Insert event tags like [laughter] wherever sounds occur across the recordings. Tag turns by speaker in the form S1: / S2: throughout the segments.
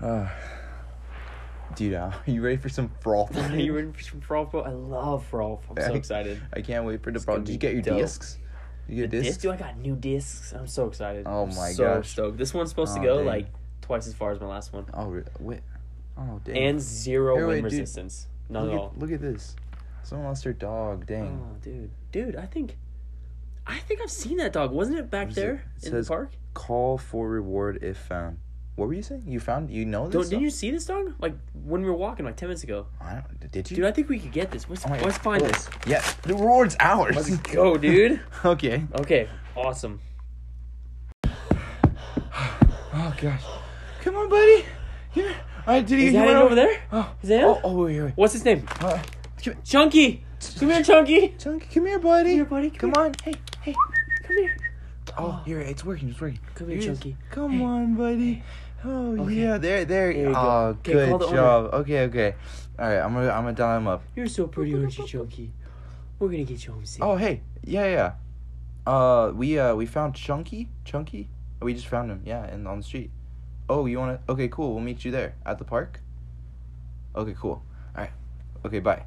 S1: Uh, dude, uh, [laughs] you ready for some froth? [laughs]
S2: Are [laughs] you ready for some Frolf? Bro? I love Frolf. I'm so
S1: I-
S2: excited.
S1: I can't wait for the
S2: It's gonna
S1: froth. Did you
S2: be
S1: get your
S2: dope.
S1: discs? Did you get
S2: The
S1: a
S2: disc,
S1: disc?
S2: dude, I got new discs. I'm so excited.
S1: Oh
S2: I'm
S1: my
S2: so
S1: gosh.
S2: stoked. This one's supposed
S1: Oh,
S2: to go
S1: dang.
S2: like twice as far as my last one,
S1: Oh, re- wait. Oh, dang.
S2: and zero
S1: Here, wait,
S2: wind
S1: dude.
S2: resistance. None
S1: look
S2: at
S1: at,
S2: all.
S1: Look at this. Someone lost their dog. Dang.
S2: Oh, dude, dude, I think, I think I've seen that dog. Wasn't it back
S1: Where's it?
S2: there
S1: It
S2: in
S1: says-
S2: the park?
S1: Call for reward if found. What were you saying? You found? You know
S2: Don't,
S1: this?
S2: didn't you see this dog? Like when we were walking, like ten minutes ago.
S1: I don't, did you?
S2: Dude, I think we could get this. Let's,
S1: Oh my
S2: let's
S1: God.
S2: find
S1: Look.
S2: this.
S1: Yeah, the reward's ours.
S2: Let's go, Oh. dude.
S1: [laughs]
S2: [laughs]
S1: okay.
S2: Okay, awesome.
S1: Oh gosh. Come on, buddy. Here. All right, did he?
S2: Is
S1: he
S2: that
S1: went
S2: it over there?
S1: Oh,
S2: Is that him?
S1: oh, oh, wait, wait.
S2: What's his name?
S1: Uh, come,
S2: Chunky. Come here, Chunky.
S1: Chunky, come here, buddy.
S2: Come here, buddy. Come,
S1: Come on. Hey,
S2: here.
S1: hey.
S2: Come here.
S1: Oh, here, it's working. It's working.
S2: Come here,
S1: it is.
S2: Chunky.
S1: Come on, buddy. Oh
S2: Okay.
S1: yeah, there, there.
S2: There you go.
S1: oh,
S2: Okay,
S1: good
S2: call the owner.
S1: job. Okay, okay. All right, I'm gonna, I'm gonna dial him up.
S2: You're so pretty, aren't you, Chunky? We're gonna get you home safe.
S1: Oh hey, yeah, yeah. Uh, we uh we found Chunky, Chunky. We just found him. Yeah, and on the street. Oh, you wanna? Okay, cool. We'll meet you there at the park. Okay, cool. All right. Okay, bye.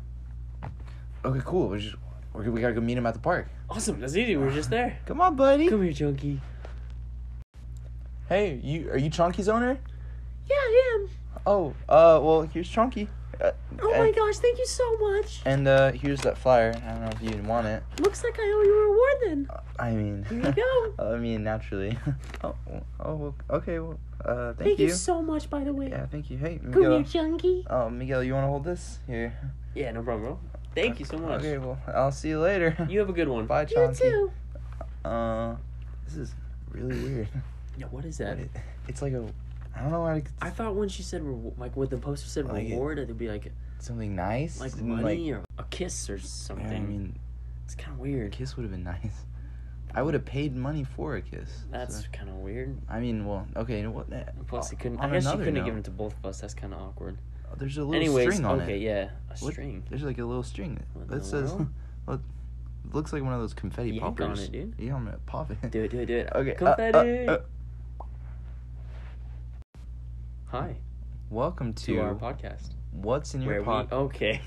S1: Okay, cool. We're just we're, we gotta go meet him at the park.
S2: Awesome. That's easy. We were just there.
S1: Come on, buddy.
S2: Come here, Chunky.
S1: Hey, you are you Chunky's owner?
S2: Yeah, I am.
S1: Oh, uh, well here's Chunky. Uh,
S2: Oh
S1: and,
S2: my gosh, thank you so much.
S1: And uh, here's that flyer. I don't know if you want it.
S2: Looks like I owe you a reward then.
S1: I mean.
S2: Here you go.
S1: [laughs] I mean, naturally. oh, oh, okay. Well, uh, thank,
S2: Thank you so much, by the way.
S1: Yeah, thank you. Hey,
S2: Come here,
S1: Miguel.
S2: Chunky.
S1: Oh, Miguel, you want to hold this? Here.
S2: Yeah, no problem, bro. Thank you so much.
S1: Okay, well, I'll see you later.
S2: [laughs] You have a good one.
S1: Bye,
S2: You
S1: Chunky.
S2: too.
S1: [laughs] Uh, this is really
S2: [laughs]
S1: weird.
S2: Yeah, what is that?
S1: What it- it's like a, I don't know why it's
S2: I thought when she said re- like when the poster said
S1: Like it-
S2: reward, it'd be like
S1: something nice.
S2: like
S1: and,
S2: money
S1: like-
S2: or a kiss or
S1: yeah,
S2: something.
S1: I mean,
S2: it's kind of
S1: a
S2: weird.
S1: kiss would have been nice. I would have paid money for a kiss.
S2: That's
S1: so-
S2: kind of weird.
S1: I mean, well, okay. you know What? eh,
S2: Plus, it couldn't. I
S1: on
S2: guess she
S1: another
S2: couldn't have
S1: note- uh,
S2: given it to both of us. That's kind of awkward.
S1: There's a little
S2: Anyways,
S1: string on
S2: okay,
S1: it.
S2: yeah, a
S1: What-
S2: string.
S1: There's like a little string
S2: What in
S1: that
S2: the
S1: says, [laughs]
S2: world?
S1: what, looks like one of those confetti
S2: Yank on
S1: poppers.
S2: it, dude.
S1: [laughs] Yeah, I'm gonna pop it.
S2: Do it, do it, do it.
S1: [laughs] Okay. uh, uh,
S2: Confetti.
S1: uh,
S2: Hi
S1: welcome
S2: to
S1: to
S2: our podcast.
S1: what's in your
S2: Where
S1: pocket.
S2: we? Okay.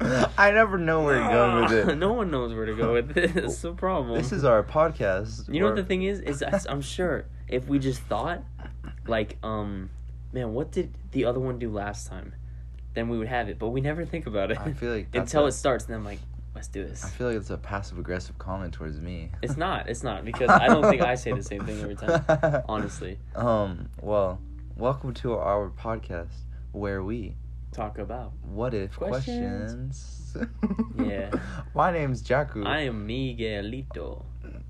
S1: [laughs] I never know where you're going with it.
S2: [laughs]
S1: Oh,
S2: no one knows where to go with this. That's the problem.
S1: This is our podcast.
S2: You know what
S1: where-
S2: the thing is? Is that's- I'm sure if we just thought, like, um, man, what did the other one do last time? Then we would have it, but we never think about it
S1: I feel
S2: [laughs]
S1: like that's
S2: until
S1: a-
S2: it starts. And then I'm like, let's do
S1: I
S2: this.
S1: feel [laughs] like it's a passive aggressive comment towards me. [laughs]
S2: It's not. It's not [laughs] because I don't think I say the same thing every time. Honestly,
S1: Um. Well, welcome to our podcast where we
S2: talk about.
S1: what if
S2: Questions.
S1: questions.
S2: Yeah.
S1: [laughs] My name's Jaku.
S2: I am Miguelito.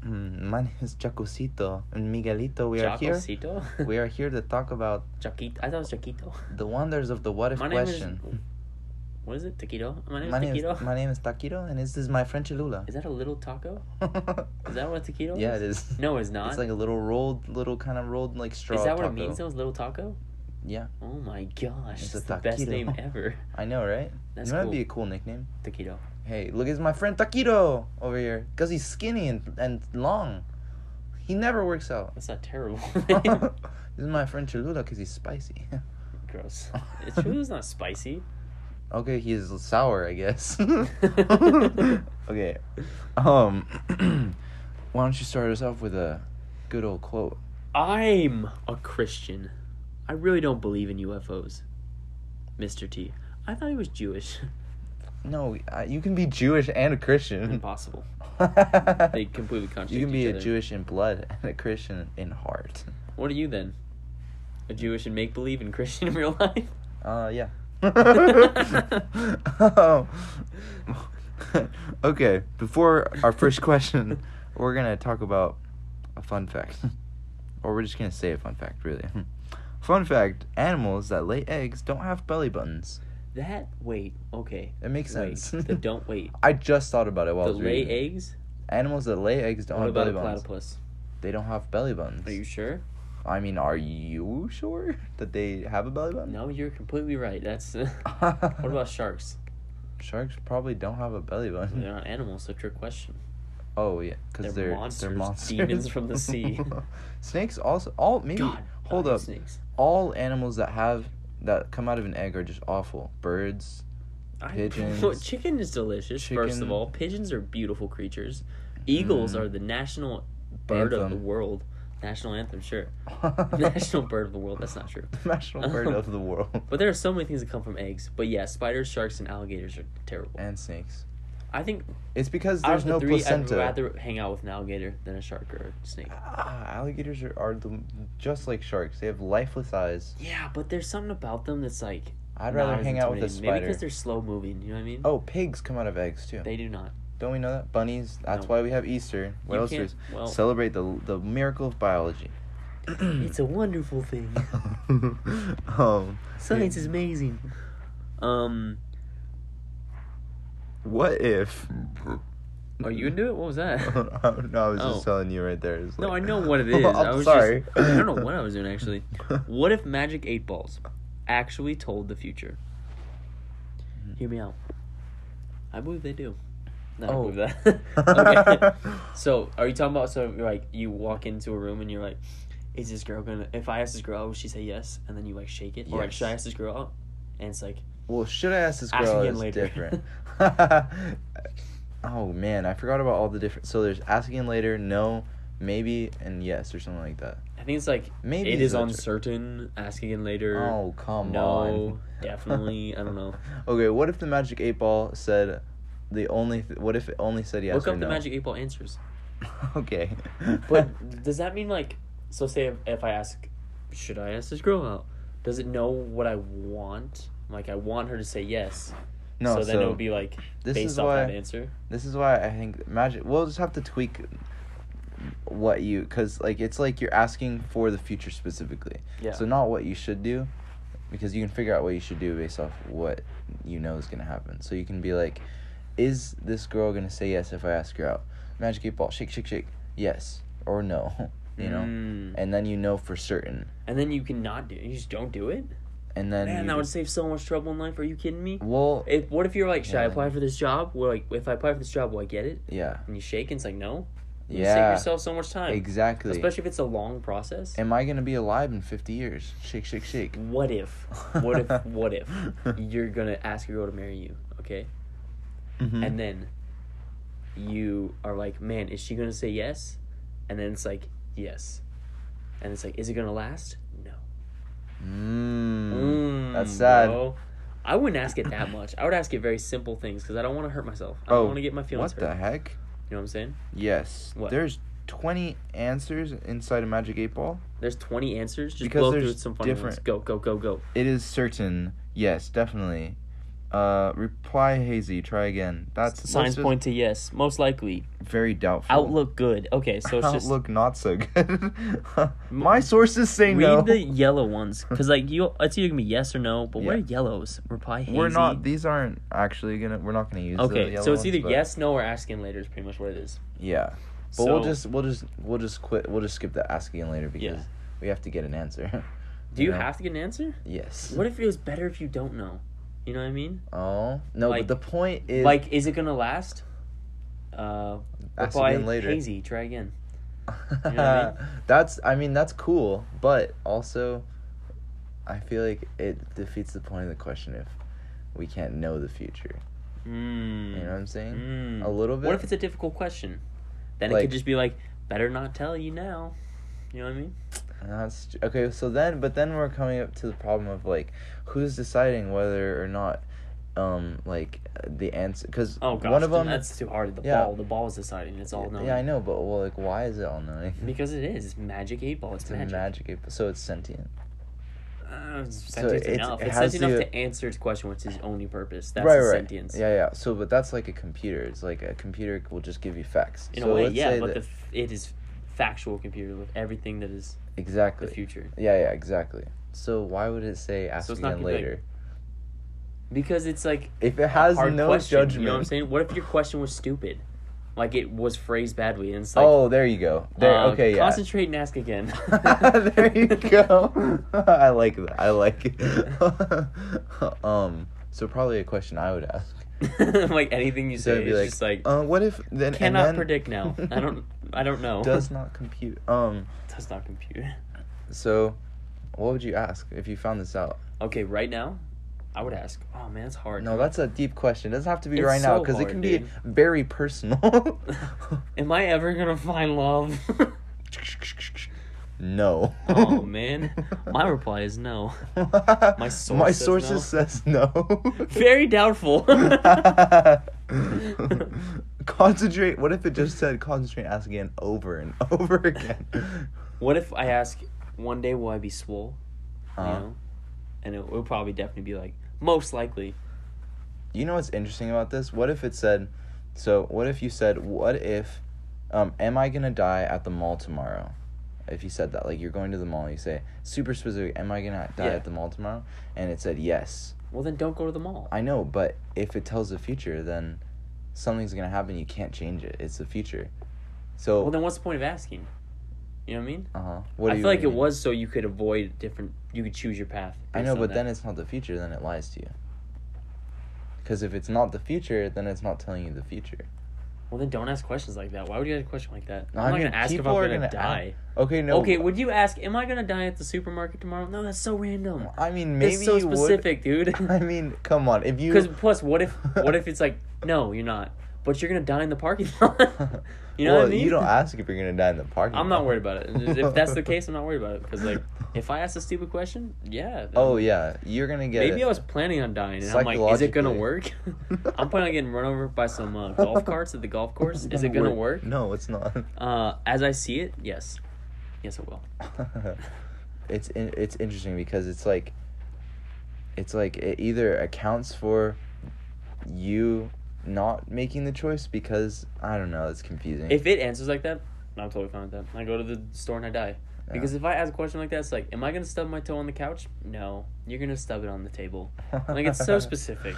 S1: Mm, [clears throat] My name is Jacucito and Miguelito. We are here.
S2: Chacosito.
S1: [laughs] We are here to talk about
S2: Chaquito. I thought it was Chaquito.
S1: the wonders of the what if
S2: My name is.
S1: question.
S2: What is it? Taquito. My name
S1: my
S2: is
S1: name
S2: Taquito.
S1: is my name is Taquito, and this is my French Cholula.
S2: Is that a little taco?
S1: [laughs]
S2: Is that what a taquito
S1: yeah,
S2: is?
S1: it is.
S2: No, it's not.
S1: It's like a little rolled, little kind of rolled like straw.
S2: is that what it
S1: taco.
S2: means though? Is little taco?
S1: Yeah,
S2: Oh my gosh,
S1: It's
S2: it's
S1: a
S2: the best
S1: taquito. [laughs]
S2: name ever.
S1: I know, right?
S2: That's
S1: you know,
S2: cool.
S1: that'd be a cool nickname.
S2: Taquito.
S1: Hey, look, it's my friend Taquito over here, cause he's skinny and and long. He never works
S2: [laughs]
S1: out. [laughs]
S2: That's not terrible.
S1: this is my friend Cholula, cause he's spicy.
S2: Gross. It's
S1: [laughs]
S2: really not spicy.
S1: Okay, he's sour, I guess.
S2: [laughs]
S1: [laughs] okay. Um [clears throat] why don't you start us off with a good old quote?
S2: I'm a Christian. I really don't believe in UFOs. Mr. T. I thought he was Jewish.
S1: [laughs] No, I, you can be Jewish and a Christian.
S2: Impossible. They
S1: [laughs] you
S2: completely contradict
S1: can be
S2: each
S1: a
S2: other.
S1: Jewish in blood and a Christian in heart.
S2: What are you then? A Jewish in make believe and Christian in real life? [laughs]
S1: Uh yeah. [laughs] Oh. [laughs] okay, before our first question, we're going to talk about a fun fact. or we're just going to say a fun fact, really. Fun fact, animals that lay eggs don't have belly buttons.
S2: That wait, okay.
S1: It makes
S2: Wait,
S1: sense. [laughs]
S2: the don't wait.
S1: I just thought about it while
S2: The
S1: I was
S2: lay
S1: reading. it.
S2: eggs?
S1: Animals that lay eggs don't
S2: What
S1: have
S2: about
S1: belly
S2: a
S1: buttons.
S2: platypus?
S1: They don't have belly buttons.
S2: Are you
S1: [laughs]
S2: sure?
S1: I mean, are you sure [laughs] that they have a belly button? [laughs]
S2: No, you're completely right. That's [laughs]
S1: what
S2: What about sharks?
S1: sharks? Probably don't have a belly button.
S2: They're not animals, so trick question.
S1: Oh yeah, because
S2: They're
S1: they're, they're
S2: monsters,
S1: monsters, [laughs]
S2: demons from the sea.
S1: Snakes also all maybe
S2: God.
S1: Hold
S2: uh,
S1: up.
S2: Snakes.
S1: All animals that have that come out of an egg are just awful. Birds.
S2: I-
S1: Pigeons.
S2: Well, [laughs] chicken is delicious. First
S1: Chicken.
S2: of all, pigeons are beautiful creatures. Eagles
S1: Mm.
S2: are the national bird of the
S1: Anthem.
S2: world. National
S1: [laughs]
S2: anthem, sure. [laughs] national bird of the world. That's not true.
S1: National bird
S2: Um,
S1: of the world.
S2: But there are so many things that come from eggs. But yeah, spiders, sharks, and alligators are terrible.
S1: And snakes.
S2: I think
S1: It's because
S2: out
S1: there's
S2: of the
S1: no
S2: three,
S1: placenta.
S2: I'd rather hang out with an alligator than a shark or a snake.
S1: Ah, alligators are, are the, just like sharks. They have lifeless eyes.
S2: Yeah, but there's something about them that's like
S1: I'd
S2: not
S1: rather
S2: as
S1: hang out with a
S2: intimidating. Maybe
S1: spider.
S2: because they're slow moving. You know what I mean?
S1: Oh, pigs come out of eggs too.
S2: They do not.
S1: Don't we know that? Bunnies. That's
S2: No.
S1: why we have Easter. What
S2: You
S1: else
S2: can't-
S1: is
S2: well-
S1: celebrate the the miracle of biology?
S2: [clears throat] It's a
S1: [laughs]
S2: wonderful thing. [laughs]
S1: um,
S2: Science
S1: yeah.
S2: is amazing. Um,
S1: What if?
S2: are you into it? What was that?
S1: Oh, no, [laughs] I was
S2: Oh.
S1: just telling you right there. It's
S2: No, I
S1: like-
S2: know what it is.
S1: [laughs] I'm
S2: I was
S1: sorry.
S2: Just, I don't know what I was
S1: [laughs]
S2: doing actually. What if Magic Eight Balls actually told the future? Hear me out. I believe they do. No, I
S1: Oh.
S2: believe
S1: [laughs]
S2: that. okay. So, are you talking about so you're like you walk into a room and you're like, is this girl gonna? If I ask this girl, out, will she say yes? And then you like shake it, or like
S1: Yes.
S2: should I ask this girl out? And it's like,
S1: Well, should I ask this
S2: Ask
S1: girl
S2: again
S1: is
S2: later. [laughs]
S1: different. oh man, I forgot about all the different. So there's asking later, no, maybe, and yes, or something like that.
S2: I think it's like
S1: Maybe
S2: it is
S1: that's-
S2: uncertain. Ask again later.
S1: Oh come
S2: no,
S1: on.
S2: [laughs] definitely. I don't know.
S1: [laughs] Okay, what if the magic eight ball said the only? Th- what if it only said yes
S2: Look
S1: or
S2: up
S1: no?
S2: the magic eight ball answers.
S1: [laughs] okay.
S2: [laughs] But does that mean like so say if, if I ask should I ask this girl out? Does it know what I want? Like I want her to say yes.
S1: [laughs] no,
S2: so
S1: so,
S2: then it would be like
S1: this
S2: based
S1: is
S2: off
S1: why
S2: that answer.
S1: this is why I think magic. We'll just have to tweak what you because like it's like you're asking for the future specifically.
S2: Yeah.
S1: So not what you should do, because you can figure out what you should do based off what you know is gonna happen. So you can be like, is this girl gonna say yes if I ask her out? Magic eight ball, shake, shake, shake. Yes or no, [laughs] you know.
S2: Mm.
S1: And then you know for certain.
S2: And then you cannot do it. You just don't do it.
S1: And then
S2: Man,
S1: you
S2: that would
S1: just,
S2: save so much trouble in life. Are you kidding me?
S1: well,
S2: If what if you're like, should I
S1: Yeah.
S2: apply for this job? Well, like, if I apply for this job, will I get it?
S1: yeah,
S2: And you shake, and it's like, no. You save
S1: yeah,
S2: yourself so much time.
S1: exactly.
S2: Especially if it's a long process.
S1: Am I gonna be alive in fifty years? Shake, shake, shake. Mm-hmm.
S2: What if?
S1: [laughs]
S2: What if? What if? You're gonna ask a girl to marry you, okay?
S1: Mhm.
S2: and then you are like, man, is she gonna say yes? And then it's like, yes. And it's like, is it gonna last? No.
S1: Mm. that's
S2: Mm,
S1: sad.
S2: bro. I wouldn't ask it that much. I would ask it very simple things because I don't want to hurt myself. I
S1: Oh,
S2: don't want to get my feelings
S1: What
S2: hurt.
S1: the heck?
S2: You know what I'm saying?
S1: Yes.
S2: What?
S1: There's 20 answers inside a Magic 8 Ball.
S2: There's 20 answers. Just
S1: Because
S2: blow through
S1: there's
S2: some funny ones.
S1: different-
S2: Go, go, go, go.
S1: It is certain. Yes, definitely. Uh, reply hazy. Try again. That's
S2: Signs
S1: that's just
S2: point to yes. Most likely.
S1: Very doubtful. [laughs]
S2: Outlook good. Okay, so it's just
S1: Outlook not so good. [laughs] My sources say
S2: read
S1: no.
S2: the yellow ones because like you, it's either gonna be yes or no. But we're
S1: Yeah.
S2: yellows. Reply
S1: [laughs]
S2: hazy.
S1: We're not. These aren't actually gonna. We're not gonna use. the
S2: Okay,
S1: yellow
S2: so it's
S1: ones,
S2: either
S1: but-
S2: yes, no, or ask again later is pretty much what it is.
S1: Yeah, but we'll
S2: So-
S1: just we'll just we'll just quit. We'll just skip the asking later because
S2: Yeah.
S1: we have to get an answer. [laughs]
S2: Do you
S1: know?
S2: have to get an answer?
S1: Yes.
S2: What if it was better if you don't know? You know what I mean?
S1: Oh no!
S2: Like-
S1: but the point is
S2: like, is it gonna last? Uh,
S1: ask
S2: reply
S1: again later.
S2: Hazy, try again. know what I
S1: [laughs] that's I mean that's cool, but also I feel like it defeats the point of the question if we can't know the future.
S2: Mm.
S1: You know what I'm saying?
S2: Mm.
S1: A little bit.
S2: What if it's a difficult question? Then it
S1: Like-
S2: could just be like, better not tell you now. You know what I mean?
S1: And that's tr- okay. So then, but then we're coming up to the problem of like who's deciding whether or not, um, like the answer because
S2: Oh gosh,
S1: one of
S2: then
S1: them.
S2: that's too hard. The
S1: Yeah.
S2: ball, the ball is deciding. It's all known.
S1: yeah, I know, but well, like, why is it all knowing? [laughs]
S2: Because it is it's magic eight ball. It's,
S1: It's a
S2: magic.
S1: magic. ape- So it's sentient.
S2: Uh, it's
S1: So
S2: sentience
S1: it's-
S2: enough.
S1: it
S2: It's
S1: has
S2: sentient enough
S1: to-
S2: to answer its question, which is its only purpose. That's
S1: right,
S2: its
S1: right.
S2: sentience.
S1: Yeah, yeah. So, but that's like a computer. It's like a computer will just give you facts.
S2: In
S1: So
S2: a way,
S1: let's
S2: yeah,
S1: say
S2: but
S1: that-
S2: the f- it is factual computer with everything that is the
S1: Exactly.
S2: future
S1: Yeah, yeah, exactly. So why would it say ask
S2: it's not
S1: again
S2: gonna be like-
S1: later?
S2: because it's like
S1: if it
S2: a
S1: has
S2: hard
S1: no
S2: question,
S1: judgment.
S2: You know what I'm saying? What if your question was stupid, like it was phrased badly, and it's like,
S1: oh, there you go. There,
S2: uh,
S1: okay, yeah.
S2: concentrate and ask again.
S1: [laughs]
S2: [laughs]
S1: there you go. [laughs] I like that. I like it. [laughs] um, so probably a question I would ask.
S2: like anything you
S1: So
S2: say
S1: it'd be
S2: is
S1: like,
S2: just like
S1: uh, what if then and
S2: cannot
S1: then-
S2: predict now.
S1: [laughs]
S2: [laughs] I don't, I don't know.
S1: does not compute. Um,
S2: does not compute.
S1: so What would you ask if you found this out?
S2: Okay, right now, I would ask. Oh man, that's hard.
S1: No, that's a deep question. It doesn't have to be
S2: It's
S1: right now
S2: so
S1: because it
S2: hard,
S1: can be
S2: dude.
S1: very personal.
S2: [laughs] Am I ever gonna find
S1: [laughs]
S2: love?
S1: no.
S2: oh man, my
S1: [laughs]
S2: reply is no.
S1: my
S2: source
S1: my
S2: says
S1: sources
S2: no.
S1: says no.
S2: [laughs] Very
S1: [laughs]
S2: doubtful. [laughs]
S1: concentrate. What if it just said concentrate? Ask again over and over again.
S2: what if I ask one day will I be swole? You
S1: Uh,
S2: know, and it will probably definitely be like most likely.
S1: you know what's interesting about this? What if it said? So what if you said? What if? Um, am I gonna die at the mall tomorrow? If you said that, like you're going to the mall, you say super specific. Am I gonna die
S2: Yeah.
S1: at the mall tomorrow? And it said yes.
S2: Well, then don't go to the mall.
S1: I know, but if it tells the future, then something's gonna happen. You can't change it. It's the future. So
S2: Well, then what's the point of asking? You know what I mean?
S1: uh huh. Oh. What
S2: I
S1: do you
S2: feel like
S1: mean?
S2: it was so you could avoid different. You could choose your path.
S1: I
S2: based
S1: know,
S2: on
S1: but
S2: that.
S1: then it's not the future. Then it lies to you. Because if it's not the future, then it's not telling you the future.
S2: Well, then don't ask questions like that. Why would you ask a question like that?
S1: No,
S2: I'm
S1: I
S2: not
S1: mean,
S2: gonna ask if I'm
S1: people are
S2: gonna,
S1: gonna
S2: die.
S1: Okay, no.
S2: okay, would you ask? Am I gonna die at the supermarket tomorrow? No, that's so random.
S1: I mean, maybe
S2: it's so
S1: you
S2: specific,
S1: would. [laughs] I
S2: dude.
S1: mean, come on. If
S2: [laughs]
S1: you
S2: Because
S1: [laughs]
S2: plus, what if what if it's like, no, you're not, but you're gonna die in the parking lot.
S1: [laughs]
S2: you know
S1: well,
S2: what I mean?
S1: you don't ask if you're gonna die in the parking.
S2: I'm not
S1: lot.
S2: worried about it.
S1: [laughs]
S2: If that's the case, I'm not worried about it. Because like, if I ask a stupid question, yeah. then
S1: Oh yeah, you're gonna get.
S2: Maybe
S1: it.
S2: I was planning on dying, and I'm like, is it gonna work? [laughs]
S1: Psychologically.
S2: I'm planning on getting run over by some uh, golf carts at the golf
S1: [laughs]
S2: course. Is it gonna work?
S1: No, it's not. [laughs]
S2: Uh, as I see it, yes, yes, it will.
S1: it's in, it's interesting because it's like it's like it either accounts for you not making the choice because I don't know, it's confusing.
S2: If it answers like that, I'm totally fine with that. I go to the store and I die.
S1: Yeah. [laughs]
S2: Because if I ask a question like that, it's like, am I gonna stub my toe on the couch? No, you're gonna stub it on the table. like, it's so specific.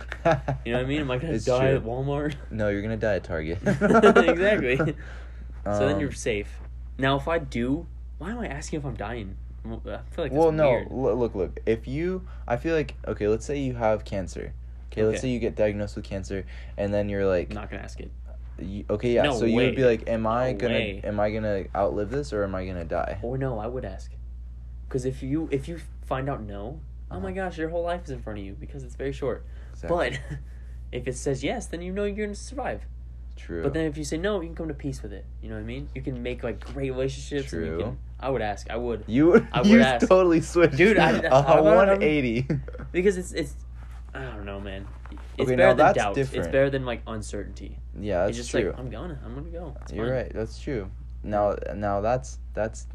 S2: You know what I mean? Am I gonna
S1: It's
S2: die
S1: true.
S2: at Walmart?
S1: No, you're gonna die at Target.
S2: [laughs] exactly.
S1: [laughs]
S2: so then
S1: Um,
S2: you're safe. Now, if I do, why am I asking if I'm dying? I feel like that's
S1: well, no.
S2: weird.
S1: lo- Look, look. If you, I feel like okay. Let's say you have cancer. Okay, let's say
S2: Okay.
S1: you get diagnosed with cancer, and then you're like,
S2: I'm not gonna ask it.
S1: you- okay, yeah.
S2: No
S1: so you would be
S2: way.
S1: like, am I
S2: No
S1: gonna,
S2: way.
S1: am I gonna outlive this, or am I gonna die?
S2: Or no, I would ask. Because if you if you find out no, oh my
S1: Uh-huh.
S2: gosh, your whole life is in front of you because it's very short.
S1: Exactly.
S2: But [laughs] if it says yes, then you know you're gonna survive.
S1: True.
S2: But then if you say no, you can come to peace with it. You know what I mean? You can make like great relationships. and you
S1: True.
S2: can- I would ask. I would
S1: you
S2: I would
S1: [laughs] you
S2: ask.
S1: totally switched, [laughs]
S2: Dude, I didn't- I thought
S1: uh,
S2: about it, I'm-
S1: one
S2: [laughs]
S1: eighty.
S2: because it's it's. I don't know, man. It's
S1: Okay,
S2: better
S1: now
S2: than
S1: that's
S2: doubt.
S1: different.
S2: It's better than like uncertainty.
S1: yeah, that's
S2: it's just
S1: true.
S2: like I'm gonna, I'm gonna go. It's
S1: You're
S2: fine.
S1: right. That's true. Now, now that's that's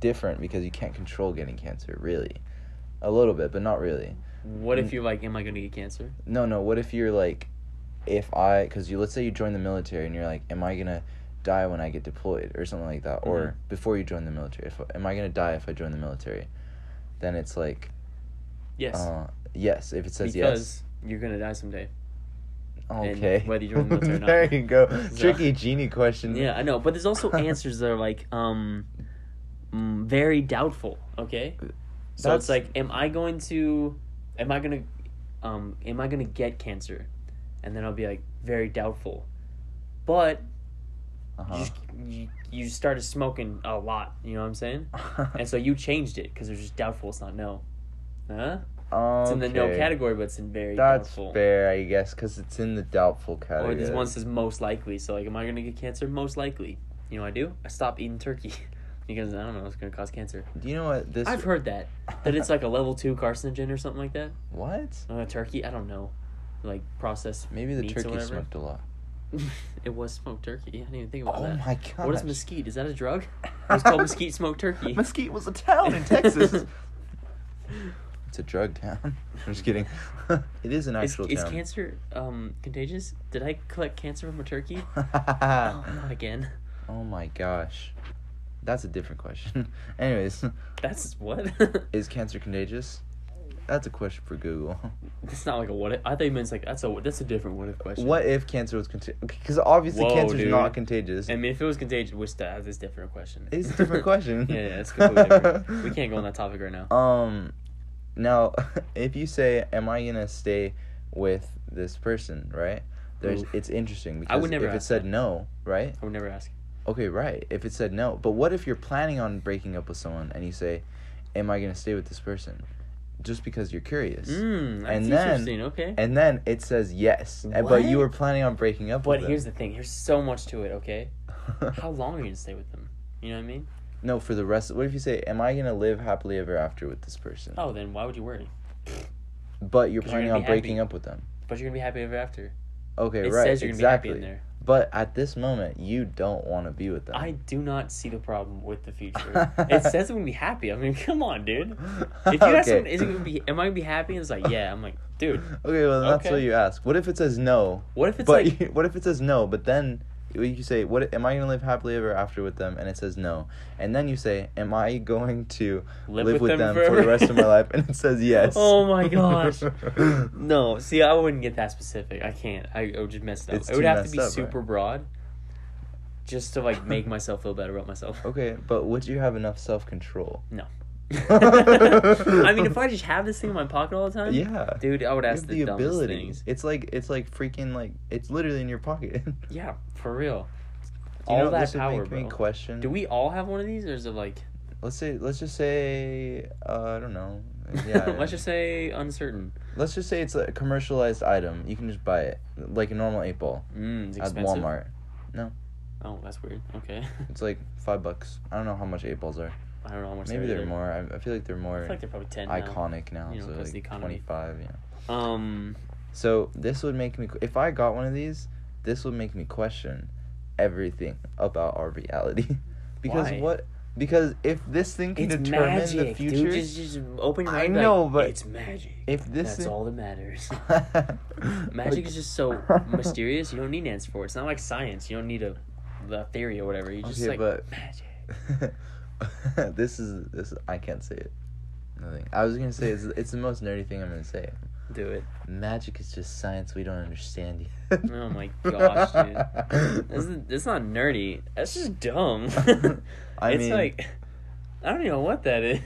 S1: different because you can't control getting cancer, really. A little bit, but not really.
S2: What
S1: Mm.
S2: if you're like, am I gonna get cancer?
S1: No, no. What if you're like, if I, because you let's say you join the military and you're like, am I gonna die when I get deployed or something like that, or
S2: Mm-hmm.
S1: before you join the military, if am I gonna die if I join the military? Then it's like,
S2: Yes.
S1: uh, yes. If it says
S2: because you're gonna die someday.
S1: yes,
S2: and
S1: okay.
S2: whether you join the
S1: [laughs]
S2: military or not.
S1: there you go.
S2: So-
S1: Tricky genie question.
S2: Yeah, I know. But
S1: [laughs]
S2: there's also answers that are like, um, mm, very doubtful. Okay. So
S1: Uh, That's-
S2: it's like, am I going to, am I gonna, um, am I gonna get cancer? And then I'll be like, very doubtful. But
S1: Uh-huh. [laughs]
S2: you, just, you you started smoking a lot. You know what I'm saying?
S1: Uh-huh.
S2: And so you changed it because it was just doubtful. It's not no. Huh? It's in the no
S1: Okay.
S2: category, but it's in very
S1: That's
S2: doubtful.
S1: fair, I guess, because it's in the doubtful
S2: Or
S1: category.
S2: this one says most likely. So like, am I gonna get cancer? Most likely. You know what I do? I stop eating turkey [laughs] because I don't know it's gonna cause cancer.
S1: Do you know what this?
S2: I've heard that [laughs] that
S1: [laughs]
S2: it's like a level two carcinogen or something like that.
S1: what?
S2: Uh, turkey, I don't know, like processed.
S1: Maybe the
S2: meats or
S1: turkey
S2: whatever.
S1: smoked a lot.
S2: [laughs] it was smoked turkey. I didn't even think about
S1: Oh
S2: that.
S1: my god!
S2: What is mesquite? Is that
S1: [laughs]
S2: a drug? It's called mesquite smoked turkey.
S1: mesquite was a town in
S2: [laughs]
S1: Texas. it's a drug town. [laughs] I'm just kidding. it is an
S2: is,
S1: actual
S2: is
S1: town.
S2: cancer um contagious? Did I collect cancer from a turkey?
S1: [laughs] Ah.
S2: oh, not again. [laughs]
S1: oh my gosh, that's a different question. [laughs] Anyways,
S2: That's what.
S1: is cancer contagious? That's a question for Google.
S2: [laughs] It's not like a what if. I thought you meant it's like that's a that's a different what if question.
S1: What if cancer was contagious? Because obviously
S2: Whoa,
S1: cancer's
S2: dude.
S1: not contagious.
S2: I mean, if it was contagious, which that is a different question.
S1: It's a different question.
S2: [laughs] yeah, yeah, it's completely different. We can't go on that topic right
S1: [laughs]
S2: now.
S1: Um, now, [laughs] if you say, "Am I gonna stay with this person?" Right? There's,
S2: Oof.
S1: it's interesting because
S2: I would never
S1: if it
S2: ask
S1: said
S2: that.
S1: no, right?
S2: I would never ask.
S1: Okay, right. If it said no, but what if you're planning on breaking up with someone and you say, am I gonna stay with this person? Just because you're curious.
S2: Mm, that's
S1: And then-
S2: interesting. Okay.
S1: And then it says yes, and- but you
S2: What?
S1: were planning on breaking up.
S2: but
S1: with
S2: here's
S1: them.
S2: the thing. There's so much to it. Okay. How long are you gonna stay with them? You know what I mean?
S1: [laughs] no, for the rest. What if you say, "Am I gonna live happily ever after with this person?"
S2: Oh, then why would you worry?
S1: but you're
S2: 'Cause you're
S1: planning
S2: gonna
S1: on
S2: be
S1: breaking
S2: happy.
S1: up with them.
S2: But you're gonna be happy ever after.
S1: Okay,
S2: it
S1: right,
S2: says you're gonna
S1: exactly.
S2: be happy in there.
S1: But at this moment, you don't want to be with them.
S2: I
S1: [laughs]
S2: do not see the problem with the future. it says I'm gonna be happy. I mean, [laughs] come on, dude. If you ask someone, is it gonna
S1: [laughs]
S2: be? Am I gonna be happy? And it's like, yeah. I'm like, dude.
S1: Okay, well that's
S2: Okay.
S1: what you ask. What if it says no?
S2: What if it's
S1: but [laughs]
S2: like?
S1: what if it says no? But then you say, "What am I gonna live happily ever after with them?" And it says no. And then you say, "Am I going to live, with, them, for the
S2: forever?
S1: rest of
S2: [laughs]
S1: my life?" And it says yes.
S2: Oh my gosh.
S1: [clears throat] no.
S2: No, see, I wouldn't get that specific. I can't. I, I would just mess it up.
S1: It's
S2: it would
S1: too
S2: have
S1: messed
S2: to be
S1: up, right?
S2: super broad, just to like make myself feel better about myself.
S1: [laughs]
S2: [laughs]
S1: Okay, but would you have enough self control?
S2: I mean, if I just have this thing in my pocket all the time,
S1: Yeah.
S2: dude, I would
S1: You
S2: ask
S1: have
S2: the, dumbest things.
S1: It's like it's like freaking like it's literally in your pocket. [laughs] You
S2: Yeah, for real.
S1: know,
S2: All that
S1: this would
S2: power,
S1: make me
S2: bro.
S1: question.
S2: Do we all have one of these, or is it like?
S1: Let's say let's just say uh, I don't
S2: [laughs]
S1: know. Yeah.
S2: Let's just say uncertain.
S1: Let's just say it's a commercialized item. You can just buy it like a normal eight ball
S2: Mm, it's
S1: at
S2: expensive.
S1: Walmart.
S2: Oh, that's weird. Okay. [laughs]
S1: It's like five bucks. I don't know how much eight balls are.
S2: I don't know how much.
S1: Maybe
S2: they're
S1: they're
S2: either.
S1: more. I, I feel like they're
S2: I
S1: more
S2: feel like they're probably ten. Icon.
S1: iconic now.
S2: You know,
S1: so
S2: 'cause the
S1: like
S2: economy.
S1: twenty five. Yeah.
S2: Um.
S1: So this would make me. If I got one of these, this would make me question everything about our reality. [laughs] because
S2: Why?
S1: what? Because if this thing can
S2: It's
S1: determine
S2: magic,
S1: the future,
S2: dude. Just, just open your
S1: I
S2: mind. and be
S1: know,
S2: like,
S1: but
S2: it's magic.
S1: if this
S2: That's all that matters. [laughs]
S1: thing,
S2: Magic is
S1: [laughs]
S2: just so mysterious. You don't need an answer for it. It's not like science. You don't need a, the theory or whatever. You just
S1: Okay,
S2: like
S1: but-
S2: magic.
S1: this is this. I can't say it. Nothing. I was gonna say it's it's the most nerdy thing I'm gonna say.
S2: Do it.
S1: Magic is just science we don't understand yet.
S2: Oh my gosh,
S1: [laughs] dude!
S2: This is, it's not nerdy. That's just dumb. [laughs]
S1: I
S2: it's
S1: mean-
S2: like I don't even know what
S1: [laughs]
S2: that is.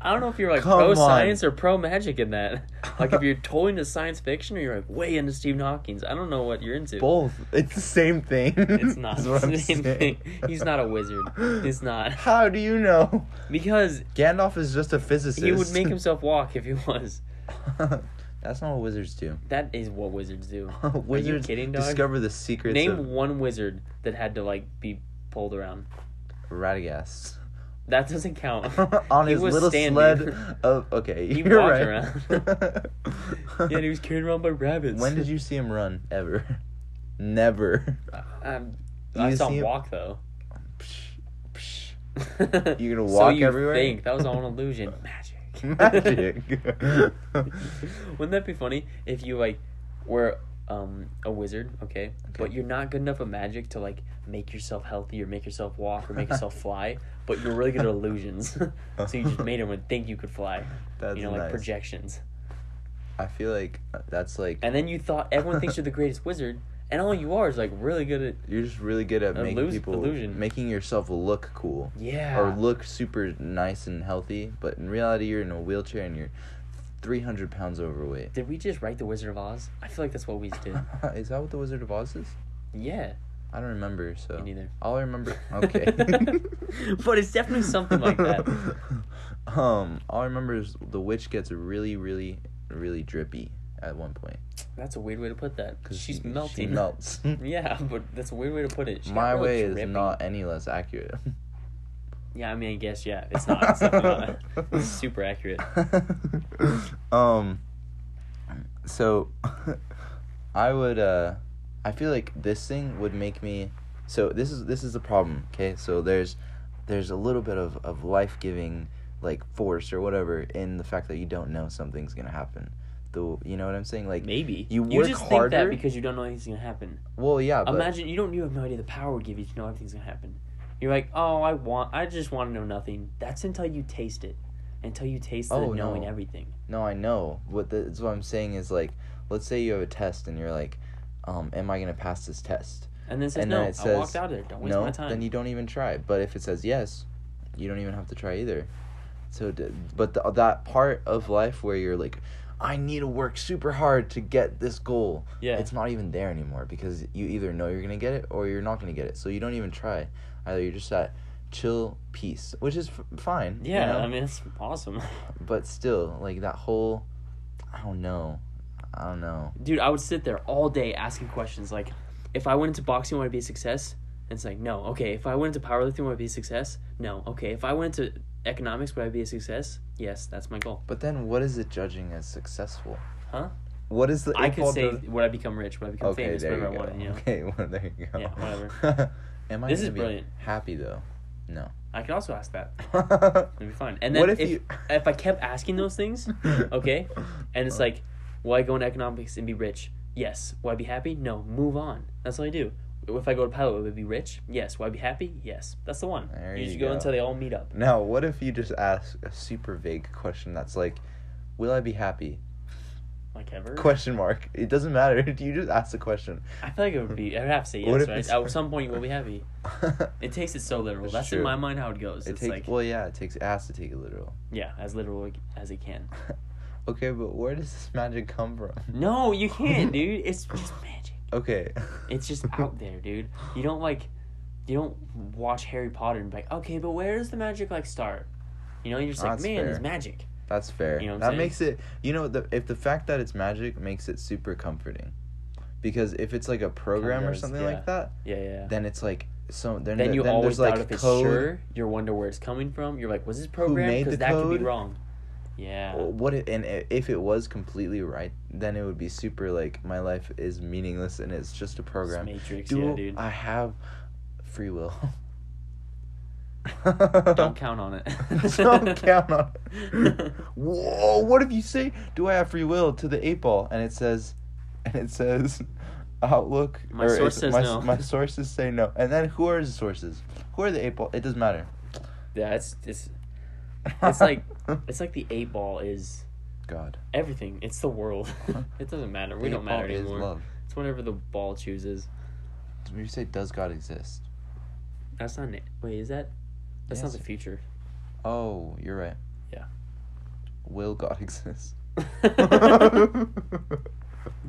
S2: I don't know if you're like
S1: Come
S2: pro
S1: on.
S2: science or pro magic in that. Like if you're totally into science fiction or you're like way into Stephen Hawking's. I don't know what you're
S1: [laughs]
S2: into.
S1: both. It's the same thing. [laughs]
S2: It's not
S1: is
S2: [laughs] the
S1: what I'm
S2: same
S1: saying.
S2: thing. He's not a wizard. He's
S1: [laughs]
S2: not
S1: How do you know?
S2: because
S1: Gandalf is just a physicist.
S2: he would make himself walk if he was.
S1: [laughs] That's not what wizards do.
S2: That is what wizards do.
S1: wizards
S2: kidding, dog?
S1: discover the secrets
S2: Name
S1: of
S2: one wizard that had to like be pulled around.
S1: Radagast.
S2: That
S1: [laughs]
S2: doesn't count.
S1: on
S2: He
S1: his
S2: was
S1: little
S2: standing.
S1: sled of okay.
S2: He
S1: you're
S2: walked
S1: right. [laughs]
S2: around. yeah, and he was carried around by rabbits.
S1: When did you see him run? Ever? [laughs]
S2: [laughs]
S1: Never.
S2: Um,
S1: You
S2: I saw
S1: see
S2: him
S1: him-
S2: walk though.
S1: Psh, psh.
S2: You're gonna
S1: You
S2: [laughs]
S1: gonna walk everywhere?
S2: Think that was all
S1: [laughs]
S2: an illusion? Magic.
S1: Magic.
S2: [laughs] Wouldn't that be funny if you like were um a wizard, okay, but
S1: Okay.
S2: you're not good enough at magic to like make yourself healthy or make yourself walk or make
S1: [laughs]
S2: yourself fly, but you're really good at illusions. [laughs] so you just made everyone think you could fly.
S1: [laughs] That's
S2: you know, like
S1: nice.
S2: projections.
S1: I feel like uh, that's like
S2: And then you thought everyone thinks you're the greatest wizard, and all you are is like really good at
S1: you're just really good at making
S2: Illus-
S1: people
S2: illusion.
S1: making yourself look cool
S2: yeah.
S1: or look super nice and healthy, but in reality you're in a wheelchair and you're 300 pounds overweight.
S2: Did we just write The Wizard of Oz? I feel like that's what we
S1: [laughs]
S2: did.
S1: is that what the Wizard of Oz is?
S2: Yeah,
S1: I don't remember. So
S2: me neither.
S1: all I remember.
S2: [laughs]
S1: Okay.
S2: But it's definitely something like that.
S1: [laughs] Um, all I remember is the witch gets really, really, really drippy at one point
S2: That's a weird way to put that.
S1: 'cause
S2: Cause she's
S1: she-
S2: melting.
S1: She melts.
S2: [laughs] Yeah, but that's a weird way to put it. She got
S1: My
S2: really
S1: way is
S2: drippy.
S1: not any less accurate. [laughs]
S2: Yeah, I mean, I guess yeah, it's not.
S1: [laughs]
S2: It's definitely not. [laughs] It's super accurate.
S1: um. So, [laughs] I would. Uh, I feel like this thing would make me. So this is this is the problem. Okay, so there's there's a little bit of of life giving like force or whatever in the fact that you don't know something's gonna happen. The you know what I'm saying? Like
S2: Maybe
S1: You work
S2: just think
S1: harder?
S2: that because you don't know anything's gonna happen.
S1: well, yeah, but
S2: Imagine you don't. You have no idea the power would give you to know everything's gonna happen. You're like, oh, I want. I just want to know nothing. That's until you taste it. Until you taste
S1: Oh,
S2: the knowing
S1: no.
S2: everything.
S1: No, I know. What the, that's what I'm saying is like, let's say you have a test and you're like, um, am I gonna pass this test?
S2: And then it says
S1: And
S2: no.
S1: then it
S2: I walked
S1: says,
S2: out of there. Don't waste
S1: no,
S2: my time.
S1: then you don't even try. But if it says yes, you don't even have to try either. So, d- but the, that part of life where you're like, I need to work super hard to get this goal.
S2: yeah.
S1: It's not even there anymore because you either know you're gonna get it or you're not gonna get it. So you don't even try. Either you're just at chill peace, which is f- fine. you
S2: Yeah,
S1: know?
S2: I mean it's awesome, [laughs]
S1: but still, like that whole, I don't know, I don't know.
S2: dude. I would sit there all day asking questions like, if I went into boxing, would I be a success? And it's like, no. Okay, if I went into powerlifting, would I be a success? No. Okay, if I went to economics, would I be a success? Yes, that's my goal.
S1: But then, what is it judging as successful?
S2: Huh?
S1: What is the?
S2: I
S1: it
S2: could
S1: called
S2: say,
S1: the-
S2: would I become rich? Would I become
S1: okay,
S2: famous?
S1: there you
S2: Whatever I
S1: go.
S2: wanted, you know.
S1: [laughs] Okay, well there you go.
S2: Yeah,
S1: whatever. [laughs] Am I
S2: This is
S1: gonna be
S2: brilliant.
S1: Happy though. No.
S2: I could also ask that.
S1: what
S2: It'd be fine. And then
S1: if,
S2: if
S1: you?
S2: if I kept asking those things,
S1: [laughs]
S2: okay, and it's like, will I go into economics and be rich? Yes. Will I be happy? No. Move on. That's all I do. If I go to pilot, will I be rich? Yes. Will I be happy? Yes. That's the one.
S1: There
S2: you
S1: you
S2: just go,
S1: go.
S2: until they all meet up.
S1: Now, what if you just ask a super vague question that's like, "Will I be happy?"
S2: Like ever.
S1: Question mark. It doesn't matter. [laughs] You just ask the
S2: [laughs]
S1: question. [laughs]
S2: I feel like it would be. I'd have to say
S1: What
S2: yes,
S1: if
S2: right?
S1: it's-
S2: At some point, you will be happy. It takes it so literal.
S1: It's
S2: That's in
S1: true.
S2: my mind how it goes.
S1: it
S2: it's
S1: takes
S2: like,
S1: well, yeah. It takes it has to take it literal.
S2: yeah, as literal as it can.
S1: Okay, but where does this magic come from?
S2: No, you
S1: [laughs]
S2: can't, dude. It's just magic.
S1: Okay.
S2: It's
S1: [laughs]
S2: just out there, dude. You don't like, you don't watch Harry Potter and be like, okay, but where does the magic like start? You know, you're just
S1: Oh, That's
S2: like, man, there's
S1: fair.
S2: magic.
S1: That's fair.
S2: You know what
S1: that
S2: I'm saying?
S1: makes it. You know, the, if the fact that it's magic makes it super comforting, because if it's like a program or
S2: does,
S1: something
S2: yeah.
S1: like that,
S2: Yeah, yeah. yeah.
S1: then it's like so. Then,
S2: Then
S1: the-
S2: you
S1: then
S2: always
S1: there's like
S2: doubt if it's
S1: code.
S2: sure. You wonder where it's coming from. You're like, was this programmed?
S1: made
S2: Because
S1: the
S2: that could
S1: code?
S2: be wrong. Yeah.
S1: What it, and i- if it was completely right, then it would be super like my life is meaningless and it's just a
S2: It's
S1: program.
S2: Matrix,
S1: Do
S2: yeah,
S1: [laughs]
S2: dude.
S1: I have free will?
S2: [laughs]
S1: [laughs]
S2: Don't
S1: [laughs]
S2: count on it.
S1: Don't
S2: [laughs]
S1: count on it. Whoa, what if you say, Do I have free will to the eight ball? And it says, [laughs] and it says, Outlook.
S2: My
S1: or
S2: source
S1: it's-
S2: says
S1: my,
S2: no.
S1: My sources say no. And then who are the sources? Who are the eight ball? It doesn't matter.
S2: Yeah, it's it's It's like- it's like the eight ball is
S1: [laughs] God.
S2: everything. It's the world. [laughs] it doesn't matter. We
S1: Eight
S2: don't matter
S1: ball is
S2: anymore.
S1: love.
S2: It's whatever the ball chooses.
S1: You say, Does God exist?
S2: That's not. na- Wait, is that? That's
S1: Yes.
S2: not the
S1: [laughs]
S2: future. [laughs]
S1: Oh, you're right.
S2: Yeah.
S1: Will God [laughs] exist?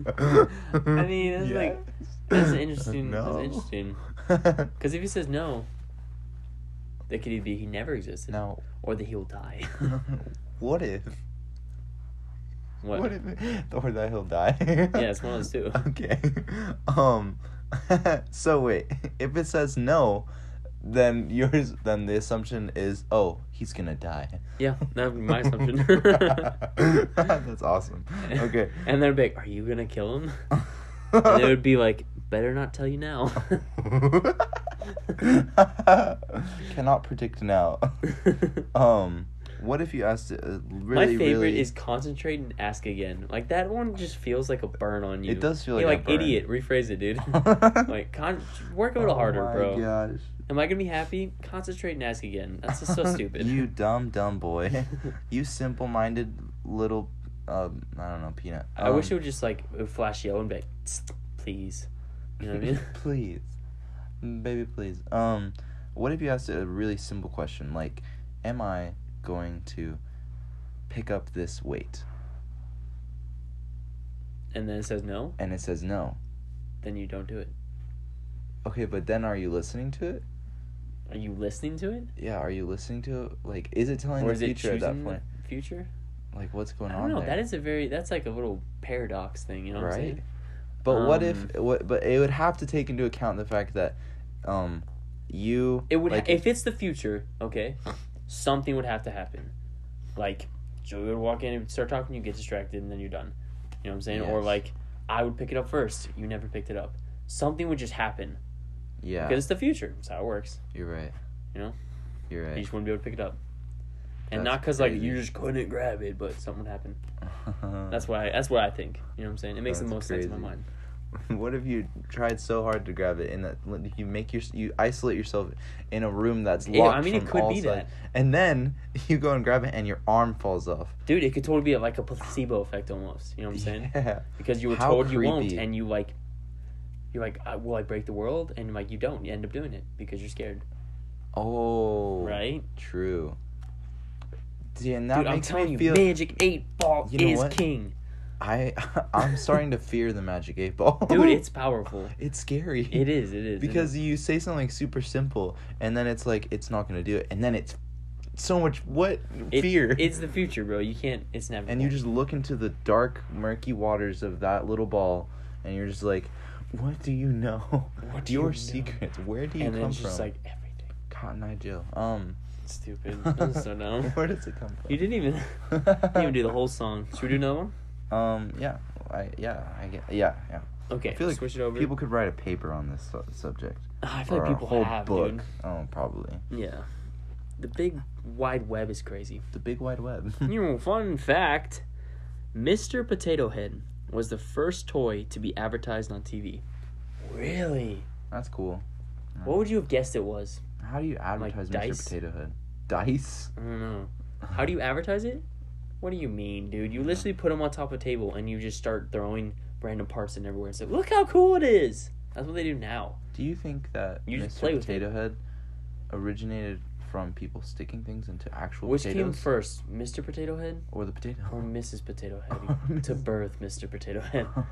S2: I mean, it's like-
S1: [laughs]
S2: That's interesting. That's interesting.
S1: interesting.
S2: Because if he says no, that could either be he never existed,
S1: [laughs] now, [laughs]
S2: or that he will die. [laughs]
S1: what if?
S2: what?
S1: What, [laughs] if? Or that he'll die. yeah,
S2: it's one of
S1: [laughs]
S2: those two.
S1: Okay. Um. [laughs] so wait, [laughs] if it says no, then yours, then the assumption is, oh, he's gonna die.
S2: Yeah, that would be my assumption.
S1: [laughs]
S2: [laughs]
S1: That's awesome. Okay.
S2: And they're like, "Are you gonna
S1: [laughs]
S2: kill him?" And it would be like, "Better not tell you now."
S1: Cannot predict now. [laughs]
S2: [laughs]
S1: Um, what if you asked it uh,
S2: My
S1: really,
S2: favorite
S1: really? [laughs]
S2: is concentrate and ask again. Like that one just feels like a burn on you.
S1: It does feel
S2: You're
S1: like a
S2: like
S1: burn.
S2: idiot. Rephrase it,
S1: [laughs]
S2: dude. [laughs] like con- work a little harder, bro.
S1: Oh gosh.
S2: Am I gonna be happy? Concentrate and ask again. That's
S1: [laughs]
S2: just so stupid. [laughs]
S1: you dumb, dumb boy. [laughs] you simple-minded little, um, I don't know, peanut.
S2: I wish it
S1: Um,
S2: would just like it would flash yellow and be like, "Tsk, please. You know what I mean?
S1: [laughs] please, baby, please. Um, what if you asked a really simple question like, "Am I going to pick up this weight?"
S2: And then it says no,
S1: And it says no.
S2: then you don't do it.
S1: Okay, but then are you listening to it?
S2: Are you listening to it?
S1: Yeah, are you listening to it? Like, is it telling
S2: or
S1: the
S2: is it
S1: future
S2: choosing
S1: at that point?
S2: the future?
S1: Like, what's
S2: I
S1: going
S2: don't
S1: on
S2: know.
S1: there?
S2: That is a very that's like a little paradox thing, you know what I'm
S1: right
S2: saying?
S1: but what if
S2: um,
S1: what but it would have to take into account the fact that um you
S2: It would
S1: like,
S2: if it's the future, okay, something would have to happen. Like Joey would walk in and start talking, you get distracted, and then you're done. You know what I'm saying? Or
S1: Yes.
S2: like I would pick it up first, you never picked it up. Something would just happen
S1: yeah
S2: because it's the future. That's how it works.
S1: you're right
S2: you know?
S1: you're
S2: You
S1: right [laughs]
S2: just wouldn't be able to pick it up. And
S1: That's
S2: not because like you
S1: crazy.
S2: just couldn't grab it, but something would happen. That's why that's what I think. You know what I'm saying? It makes
S1: That's
S2: the most sense in my
S1: crazy.
S2: mind.
S1: what if you tried so hard to grab it and that you make your you isolate yourself in a room that's
S2: Yeah,
S1: locked
S2: I mean, it
S1: from
S2: could
S1: all
S2: be
S1: sides, and then [laughs] you go and grab it and your arm falls off
S2: Dude, it could totally be like a placebo effect almost. You know what I'm saying?
S1: [laughs] yeah
S2: Because you were
S1: How
S2: told you won't,
S1: creepy.
S2: and you like, you're like, I, will I break the world? And like, you don't. You end up doing it because you're scared,
S1: oh
S2: right?
S1: true See, and that
S2: Dude, I'm
S1: makes
S2: telling
S1: me
S2: you,
S1: feel
S2: Magic Eight Ball
S1: You know
S2: is
S1: what?
S2: king.
S1: I [laughs] I'm starting to fear the magic eight ball.
S2: Dude, it's powerful.
S1: [laughs] it's scary.
S2: It is. It is. it
S1: because
S2: is.
S1: you say something super simple and then it's like it's not gonna do it and then it's so much what
S2: It-
S1: fear
S2: It's the future, bro. You can't. It's never.
S1: and you just look into the dark murky waters of that little ball and you're just like what do you know
S2: What do
S1: [laughs]
S2: you
S1: your
S2: know?"
S1: secrets where do you
S2: and
S1: come
S2: then it's
S1: from
S2: just like everything.
S1: cotton eye jill um [laughs]
S2: Stupid. [laughs] That was so dumb.
S1: where does it come from [laughs]
S2: You didn't even. you didn't even do the whole song. Should we do another one?
S1: um yeah i yeah i get yeah yeah
S2: Okay.
S1: i feel like
S2: switch it over. Ah,
S1: people could write a paper on this su- subject
S2: I feel
S1: or
S2: like
S1: a
S2: people
S1: whole
S2: have,
S1: book oh probably
S2: dude. Yeah. The big wide web is crazy.
S1: the big wide web
S2: You know, fun fact Mr. Potato Head was the first toy to be advertised on TV. Really?
S1: [laughs] that's cool
S2: What would you have guessed it was?
S1: How do you advertise Mr.
S2: dice?
S1: Potato Head? Dice?
S2: I don't know. How do you advertise it? What do you mean, dude? You literally put them on top of a table and you just start throwing random parts in everywhere and say, look how cool it is. That's what they do now.
S1: Do you think that
S2: You just
S1: Mr.
S2: play with
S1: Potato Head originated from people sticking things into actual
S2: Which came
S1: potatoes
S2: first, Mr. Potato Head
S1: or the potato?
S2: [laughs]
S1: [laughs]
S2: or Mrs. Potato [laughs] Head? to birth Mr. Potato Head.
S1: Oh.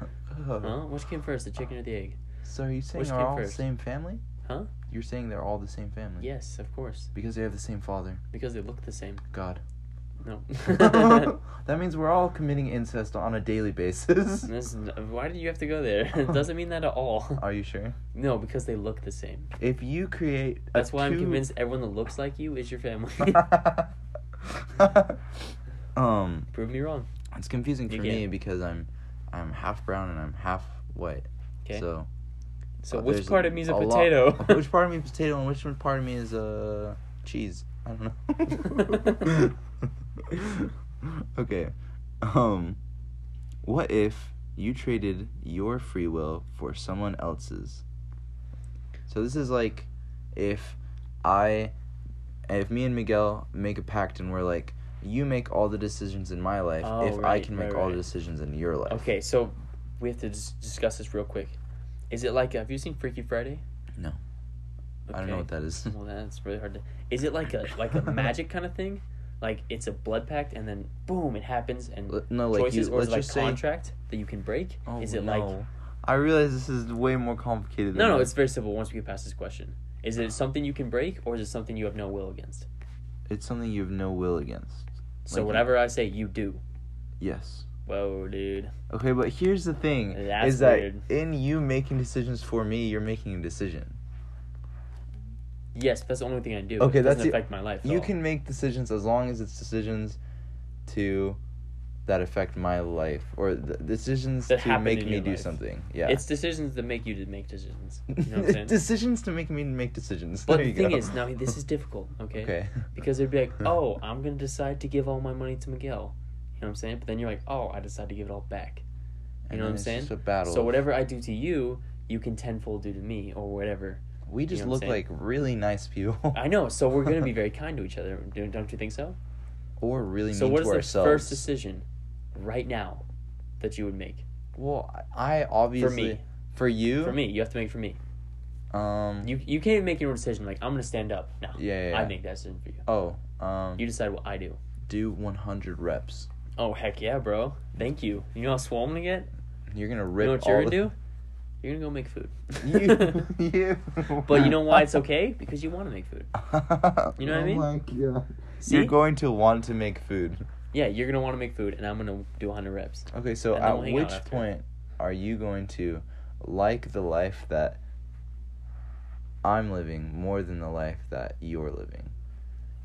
S2: Huh? Which came first, the chicken or the [laughs] egg?
S1: So are you saying
S2: Which
S1: they're
S2: came
S1: all the
S2: first?
S1: same family?
S2: Huh?
S1: You're saying they're all the same family?
S2: Yes, of course.
S1: Because they have the same father.
S2: Because they look the same. [laughs]
S1: God. [laughs]
S2: No.
S1: that means we're all committing incest on a daily
S2: [laughs]
S1: basis.
S2: This, why did you have to go there? [laughs]
S1: [laughs]
S2: It doesn't mean that at all.
S1: Are you sure?
S2: No, because they look the same.
S1: If you create a
S2: That's why I'm
S1: two-
S2: convinced [laughs] everyone that looks like you is your family.
S1: [laughs]
S2: [laughs]
S1: um
S2: Prove me wrong.
S1: It's confusing for
S2: You
S1: me
S2: can't.
S1: because I'm I'm half brown and I'm half white.
S2: 'Kay.
S1: So
S2: So
S1: uh,
S2: which
S1: there's
S2: part of me is a,
S1: lot-
S2: potato?
S1: [laughs]
S2: [laughs]
S1: which part of me is potato and which one part of me is uh cheese? I don't know. [laughs] okay. Um what if you traded your free will for someone else's? So this is like if I if me and Miguel make a pact and we're like you make all the decisions in my life
S2: Oh,
S1: if I
S2: right,
S1: can make
S2: right,
S1: all the
S2: right.
S1: decisions in your life.
S2: [laughs] okay, so we have to dis- discuss this real quick. Is it like have you seen Freaky Friday?
S1: No. I don't know what that
S2: [laughs]
S1: is.
S2: Well, that's really hard to. Is it like a
S1: [laughs]
S2: like a magic kind of thing? Like it's a blood pact, and then boom, it happens, and
S1: L- no, like
S2: choices,
S1: you,
S2: or
S1: let's
S2: is it like
S1: just say.
S2: contract that you can break?
S1: Oh,
S2: is it like
S1: no. I realize this is way more complicated.
S2: No,
S1: than
S2: no,
S1: that.
S2: it's very simple once we get past this question. Is it something you can break or is it something you have no will against?
S1: it's something you have no will against.
S2: So
S1: Like you-
S2: whatever I say, you do.
S1: Yes.
S2: Whoa, dude.
S1: Okay, but here's the thing:
S2: That's
S1: is that
S2: weird.
S1: in you making decisions for me, you're making a decision.
S2: Yes, that's the only thing I do.
S1: Okay,
S2: it
S1: that's
S2: doesn't
S1: the-
S2: affect my life. at
S1: You
S2: all.
S1: can make decisions as long as it's decisions to that affect my life or the decisions
S2: That
S1: to
S2: happen
S1: make
S2: in
S1: me
S2: your
S1: do
S2: life.
S1: something. Yeah.
S2: It's decisions that make you to make decisions. You know
S1: [laughs]
S2: what I'm saying?
S1: decisions to make me make decisions.
S2: but
S1: There
S2: the
S1: you
S2: thing
S1: go.
S2: is, now
S1: [laughs]
S2: this is difficult, okay?
S1: okay.
S2: Because they'd be
S1: [laughs]
S2: like, oh, I'm going to decide to give all my money to Miguel. You know what I'm saying? But then you're like, oh, I decide to give it all back.
S1: And
S2: know what
S1: then
S2: I'm
S1: it's
S2: saying?
S1: Just a battle.
S2: So
S1: of-
S2: whatever I do to you, you can tenfold do to me or whatever.
S1: We just
S2: know what
S1: look
S2: I'm
S1: like really nice people,
S2: [laughs] I know, so we're going to
S1: [laughs]
S2: be very kind to each other. [laughs] Don't don't you think so?
S1: or really
S2: So
S1: mean
S2: what
S1: to
S2: is the
S1: ourselves.
S2: first decision right now that you would make
S1: well, I I obviously
S2: me.
S1: for you,
S2: for me? You have to make it for me.
S1: um,
S2: You you can't even make your own decision. Like I'm gonna stand up. No,
S1: Yeah, yeah, yeah.
S2: I make that decision for you.
S1: oh, um,
S2: You decide what I do.
S1: do 100 reps.
S2: Oh heck yeah, bro! Thank you. You know how swole I'm gonna get.
S1: You're gonna
S2: You
S1: rip
S2: know what
S1: all
S2: you're
S1: the-
S2: gonna do? You're gonna go make food. [laughs]
S1: [laughs] you, you.
S2: but you know why
S1: [laughs]
S2: it's okay? Because you want to make food. You know what I mean?
S1: Oh my God.
S2: See?
S1: You're going to want to make food.
S2: yeah, you're gonna want to make food, and I'm gonna do 100 reps.
S1: Okay, so
S2: And then
S1: at
S2: we'll hang out
S1: which
S2: after.
S1: point are you going to like the life that I'm living more than the life that you're living?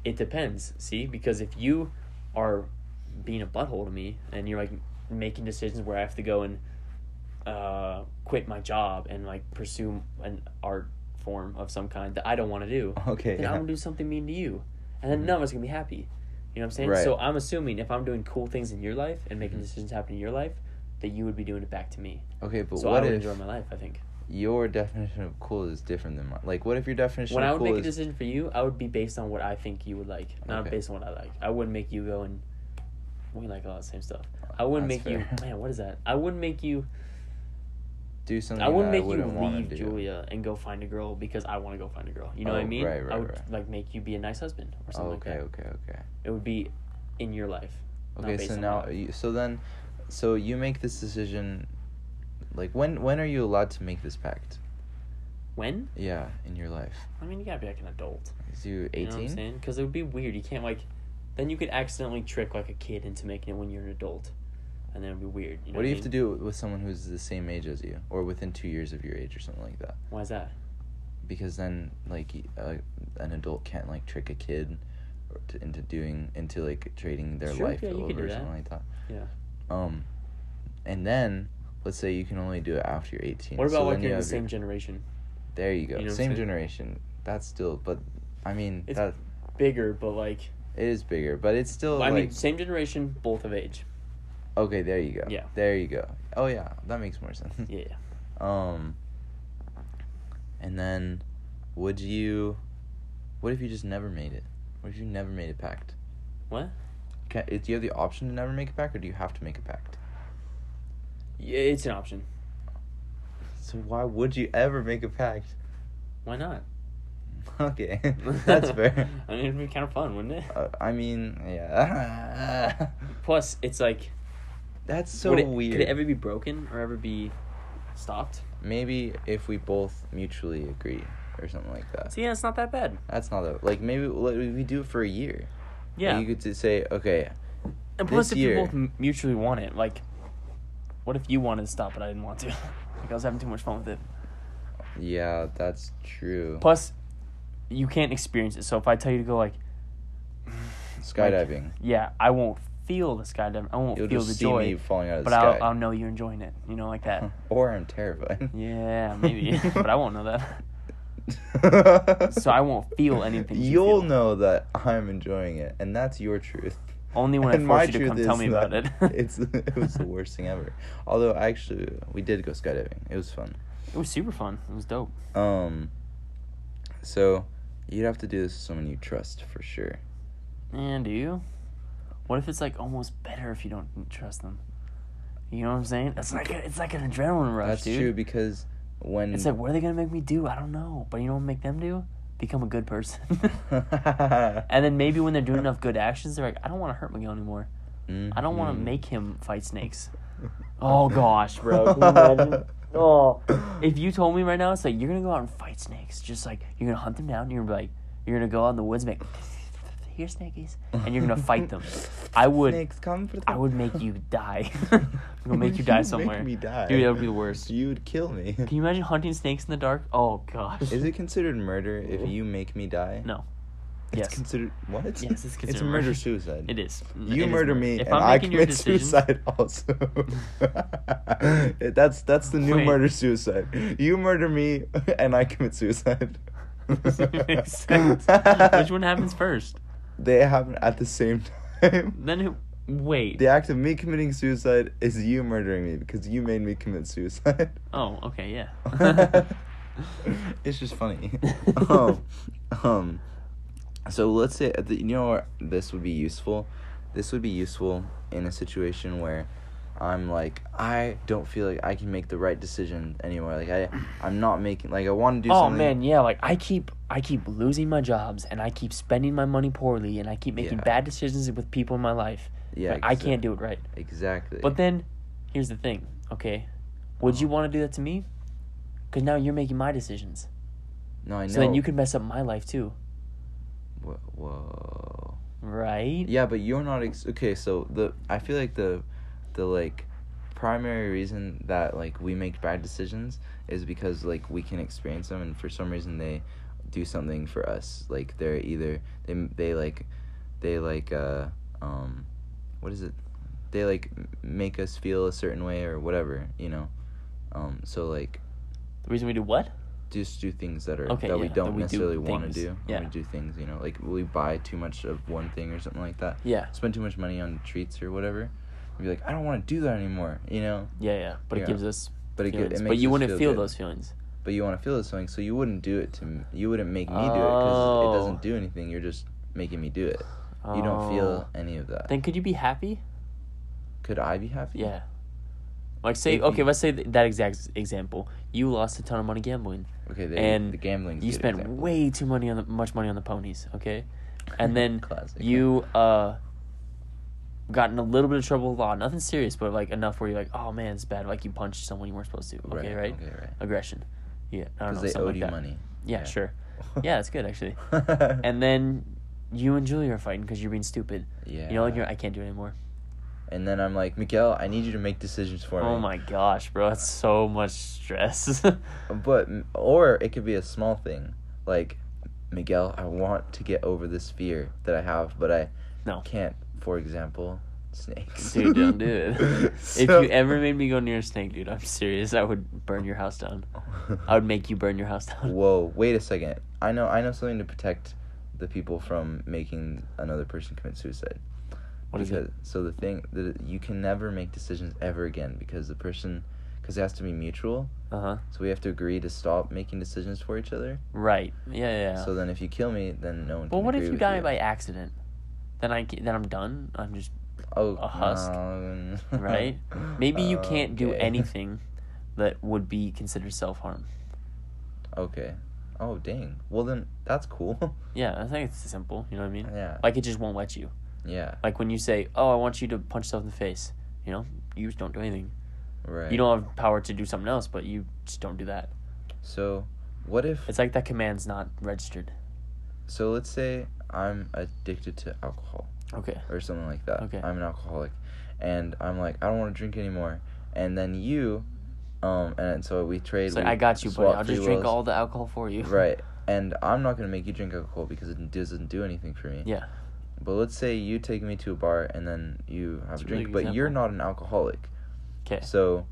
S2: It depends. See, because if you are being a butthole to me, and you're like making decisions where I have to go and uh, quit my job and like pursue an art form of some kind that I don't want to do,
S1: Okay. Mm-hmm.
S2: then I'm gonna do something mean to you, and then none of us gonna be happy. You know what I'm saying?
S1: Right. Mm-hmm.
S2: So I'm assuming if I'm doing cool things in your life and making decisions happen in your life, that you would be doing it back to me.
S1: Okay, but
S2: so I
S1: what
S2: would
S1: if
S2: enjoy my life. I think
S1: your definition of cool is different than mine? Like, what if your definition
S2: when
S1: of
S2: I would
S1: cool
S2: make a
S1: is
S2: decision for you, I would be based on what I think you would like, not
S1: Okay.
S2: based on what I like. I wouldn't make you go and we like a lot of the same stuff. I wouldn't
S1: That's
S2: make
S1: fair.
S2: you man. What is that? I wouldn't make you.
S1: do [laughs] something
S2: I wouldn't
S1: that
S2: make
S1: I wouldn't
S2: you
S1: want
S2: leave
S1: to do?
S2: Julia and go find a girl because I want to go find a girl. You know what I
S1: Oh,
S2: mean?
S1: right,
S2: I
S1: right,
S2: would
S1: right.
S2: like make you be a nice husband or something
S1: okay,
S2: like that.
S1: okay, okay.
S2: It would be in your life. not
S1: Okay,
S2: based
S1: so
S2: on
S1: now,
S2: what-
S1: you, so then, so you make this decision like when when are you allowed to make this pact?
S2: When?
S1: Yeah, in your life.
S2: I mean, you gotta be like an adult.
S1: Is you
S2: You know what I'm
S1: 18?
S2: saying? Because it would be weird. You can't like, then you could accidentally trick like a kid into making it when you're an adult, and then it'd be weird. You know
S1: what do you have to do with someone who's the same age as you or within 2 years of your age or something like that?
S2: do? Why is that?
S1: Because then like y- uh, an adult can't like trick a kid or to, into doing into like trading their
S2: Sure,
S1: life
S2: yeah, you
S1: over
S2: could do
S1: or
S2: that.
S1: something like that.
S2: Yeah.
S1: Um and then let's say you can only do it after you're 18.
S2: What about
S1: So
S2: like
S1: then
S2: you're in the
S1: have your-
S2: same generation,
S1: There you go.
S2: You know what I'm
S1: Same
S2: saying?
S1: generation. That's still, but I mean,
S2: It's-
S1: that
S2: bigger, but like,
S1: it is bigger, but it's still
S2: I
S1: like
S2: mean, same generation, both of age.
S1: okay. There you go.
S2: Yeah.
S1: There you go. Oh yeah, that makes more sense. [laughs]
S2: Yeah.
S1: Um. And then, would you? What if you just never made it? What if you never made a pact?
S2: What?
S1: Can, do you have the option to never make a pact, or do you have to make a pact?
S2: Yeah, it's an option.
S1: So why would you ever make a pact? [laughs]
S2: Why not?
S1: Okay, [laughs] that's fair.
S2: [laughs] I mean, it'd be kind of fun, wouldn't it?
S1: Uh, I mean, yeah. [laughs]
S2: Plus, it's like
S1: that's so
S2: would it-
S1: weird.
S2: Could it ever be broken or ever be stopped?
S1: maybe if we both mutually agree or something like that.
S2: So yeah, it's not that bad.
S1: That's not a, like maybe like, we do it for a year.
S2: Yeah,
S1: Like, you could just say okay,
S2: and plus,
S1: this
S2: if
S1: year-
S2: you both m- mutually want it, like, what if you wanted to stop but I didn't want to? [laughs] like, I was having too much fun with it.
S1: Oh. yeah, that's true.
S2: Plus, you can't experience it. So if I tell you to go, like,
S1: Skydiving,
S2: yeah, I won't feel the skydiving. I won't
S1: you'll
S2: feel
S1: just
S2: the
S1: see me
S2: joy,
S1: falling out of
S2: but
S1: the
S2: I'll,
S1: sky,
S2: I'll know you're enjoying it. You know,
S1: [laughs]
S2: like that.
S1: or I'm terrified.
S2: [laughs] yeah, maybe, [laughs] but I won't know
S1: [laughs]
S2: that. So I won't feel anything you
S1: You'll
S2: feel.
S1: know that I'm enjoying it, and that's your truth.
S2: Only when I
S1: And
S2: force
S1: my
S2: you to
S1: truth
S2: come
S1: is
S2: tell me about
S1: that
S2: it.
S1: it's [laughs] it was the worst thing ever. Although actually, we did go skydiving. It was fun.
S2: It was super fun. It was dope.
S1: Um, so you'd have to do this with someone you trust for sure.
S2: And do you? What if it's like almost better if you don't trust them? You know what I'm saying? It's like a, it's like an adrenaline rush,
S1: That's
S2: dude.
S1: true because when
S2: It's like what are they gonna make me do? I don't know. But you know what make them do? Become a good person. [laughs] and then maybe when
S1: [laughs]
S2: they're doing enough good actions, they're like, I don't want to hurt Miguel anymore. I don't want to
S1: Mm-hmm.
S2: make him fight snakes.
S1: [laughs]
S2: Oh gosh, bro. Can you imagine? Oh, if you told me right now, it's like you're gonna go out and fight snakes. Just like you're gonna hunt them down. You're gonna be like, you're gonna go out in the woods, and be like, [laughs] here, snakies, and you're gonna fight
S1: [laughs]
S2: them. I would,
S1: Snakes come for the-
S2: I would make
S1: [laughs]
S2: you die. [laughs] I'm gonna make you die somewhere,
S1: Make me die,
S2: dude. That would be the worst.
S1: You would kill me.
S2: Can you imagine hunting snakes in the dark? Oh
S1: [laughs]
S2: gosh.
S1: Is it considered murder if you make me die?
S2: No.
S1: It's
S2: Yes.
S1: considered what?
S2: Yes, it's
S1: it's
S2: considered
S1: murder
S2: murder.
S1: suicide.
S2: It is. N-
S1: You
S2: it is
S1: murder
S2: murder.
S1: me,
S2: If
S1: and
S2: I'm
S1: I
S2: making your
S1: commit
S2: decision-
S1: suicide [laughs]
S2: [laughs]
S1: also. that's that's the new
S2: Wait.
S1: murder suicide. You murder me, and I commit suicide. [laughs]
S2: [laughs] Doesn't make sense. Which one happens first?
S1: They happen at the same time.
S2: Then who? Wait.
S1: The act of me committing suicide is you murdering me because you made me commit suicide.
S2: Oh, okay,
S1: [laughs]
S2: yeah. [laughs]
S1: it's just funny. um, um, so let's say at the- you know where this would be useful. This would be useful in a situation where I'm like I don't feel like I can make the right decision anymore. Like I I'm not making like I want to do
S2: oh
S1: something.
S2: man, yeah. Like I keep, I keep losing my jobs, and I keep spending my money poorly, and I keep making
S1: Yeah.
S2: bad decisions with people in my life.
S1: Yeah,
S2: Like, I can't do it right.
S1: exactly.
S2: But then, here's the thing. Okay, would you want to do that to me? Because now you're making my decisions,
S1: no, I know.
S2: so then you could mess up my life too,
S1: Whoa. whoa.
S2: right?
S1: Yeah, but you're not ex- okay. So the I feel like the the like primary reason that like we make bad decisions is because like we can experience them, and for some reason they do something for us. Like they're either they they like they like uh um what is it? They like m- make us feel a certain way or whatever, you know. Um, so like
S2: The reason we do what?
S1: just do things that are
S2: Okay,
S1: that we
S2: yeah, that
S1: don't
S2: we do
S1: necessarily want to
S2: things.
S1: do. when
S2: Yeah.
S1: We do things, you know, like we buy too much of one thing or something like that
S2: Yeah,
S1: spend too much money on treats or whatever, you'd be like, I don't want to do that anymore, you know.
S2: yeah, yeah. But
S1: Yeah.
S2: it gives us
S1: But it,
S2: feelings.
S1: good, it makes
S2: but you
S1: us
S2: wouldn't feel,
S1: good.
S2: those feelings.
S1: But you want to feel this feeling, so you wouldn't do it to me. You wouldn't make me do it because
S2: Oh.
S1: it doesn't do anything. You're just making me do it. You don't feel
S2: Oh.
S1: any of that.
S2: Then could you be happy?
S1: Could I be happy?
S2: Yeah. Like say
S1: If
S2: okay,
S1: you-
S2: let's say th- that exact example. You lost a ton of money gambling.
S1: Okay. They,
S2: And
S1: the gambling.
S2: You spent way too
S1: [laughs]
S2: money on the, much money on the ponies, okay? And then
S1: Classic.
S2: you uh got in a little bit of trouble with law. Nothing serious, but like enough where you're like, oh man, it's bad. Like you punched someone you weren't supposed to. Okay, right?
S1: Okay, right.
S2: Aggression. Yeah, I don't know.
S1: Because they
S2: something
S1: owed
S2: like
S1: you
S2: that.
S1: money.
S2: Yeah,
S1: Yeah. [laughs]
S2: sure. Yeah, that's good actually.
S1: and
S2: And then you and Julie are fighting because you're being stupid.
S1: yeah.
S2: You know, and you're I can't do it anymore.
S1: And then I'm like, Miguel, I need you to make decisions for me.
S2: Oh my gosh, bro, that's so much stress. [laughs]
S1: But or it could be a small thing, like Miguel, I want to get over this fear that I have, but I
S2: No.
S1: can't. For example, snakes.
S2: Dude, don't
S1: [laughs]
S2: do it. if
S1: So-
S2: you ever made me go near a snake, dude, I'm serious. I would burn your house down. I would make you burn your house down.
S1: [laughs] Whoa! Wait a second. I know. I know something to protect the people from making another person commit suicide.
S2: What is it?
S1: So the thing that you can never make decisions ever again because the person, because it has to be mutual.
S2: Uh huh.
S1: So we have to agree to stop making decisions for each other.
S2: Right. Yeah, yeah. yeah.
S1: So then, if you kill me, then no one.
S2: well,
S1: can
S2: what if
S1: agree
S2: you
S1: with
S2: die by accident? Then I ca- then I'm done. I'm just
S1: oh,
S2: a husk,
S1: um, [laughs]
S2: right? Maybe you can't do
S1: okay.
S2: anything that would be considered self harm.
S1: [laughs] Okay. Oh dang. Well then, that's
S2: [laughs]
S1: cool.
S2: Yeah, I think it's simple. You know what I mean?
S1: yeah.
S2: Like it just won't let you.
S1: Yeah.
S2: Like when you say, "Oh, I want you to punch yourself in the face," you know, you just don't do anything.
S1: Right.
S2: You don't have power to do something else, but you just don't do that.
S1: So, what if?
S2: It's like that command's not registered.
S1: So let's say I'm addicted to alcohol
S2: Okay.
S1: or something like that.
S2: Okay.
S1: I'm an alcoholic, and I'm like I don't want to drink anymore. And then you, um, and so we trade.
S2: So
S1: we
S2: I got you, buddy.
S1: swap
S2: I'll
S1: free
S2: just drink
S1: wills.
S2: all the alcohol for you. [laughs]
S1: Right. And I'm not gonna make you drink alcohol because it doesn't do anything for me.
S2: Yeah.
S1: But let's say you take me to a bar and then you have
S2: That's
S1: a
S2: a
S1: drink,
S2: really good
S1: but you're
S2: example.
S1: not an alcoholic.
S2: 'Kay.
S1: So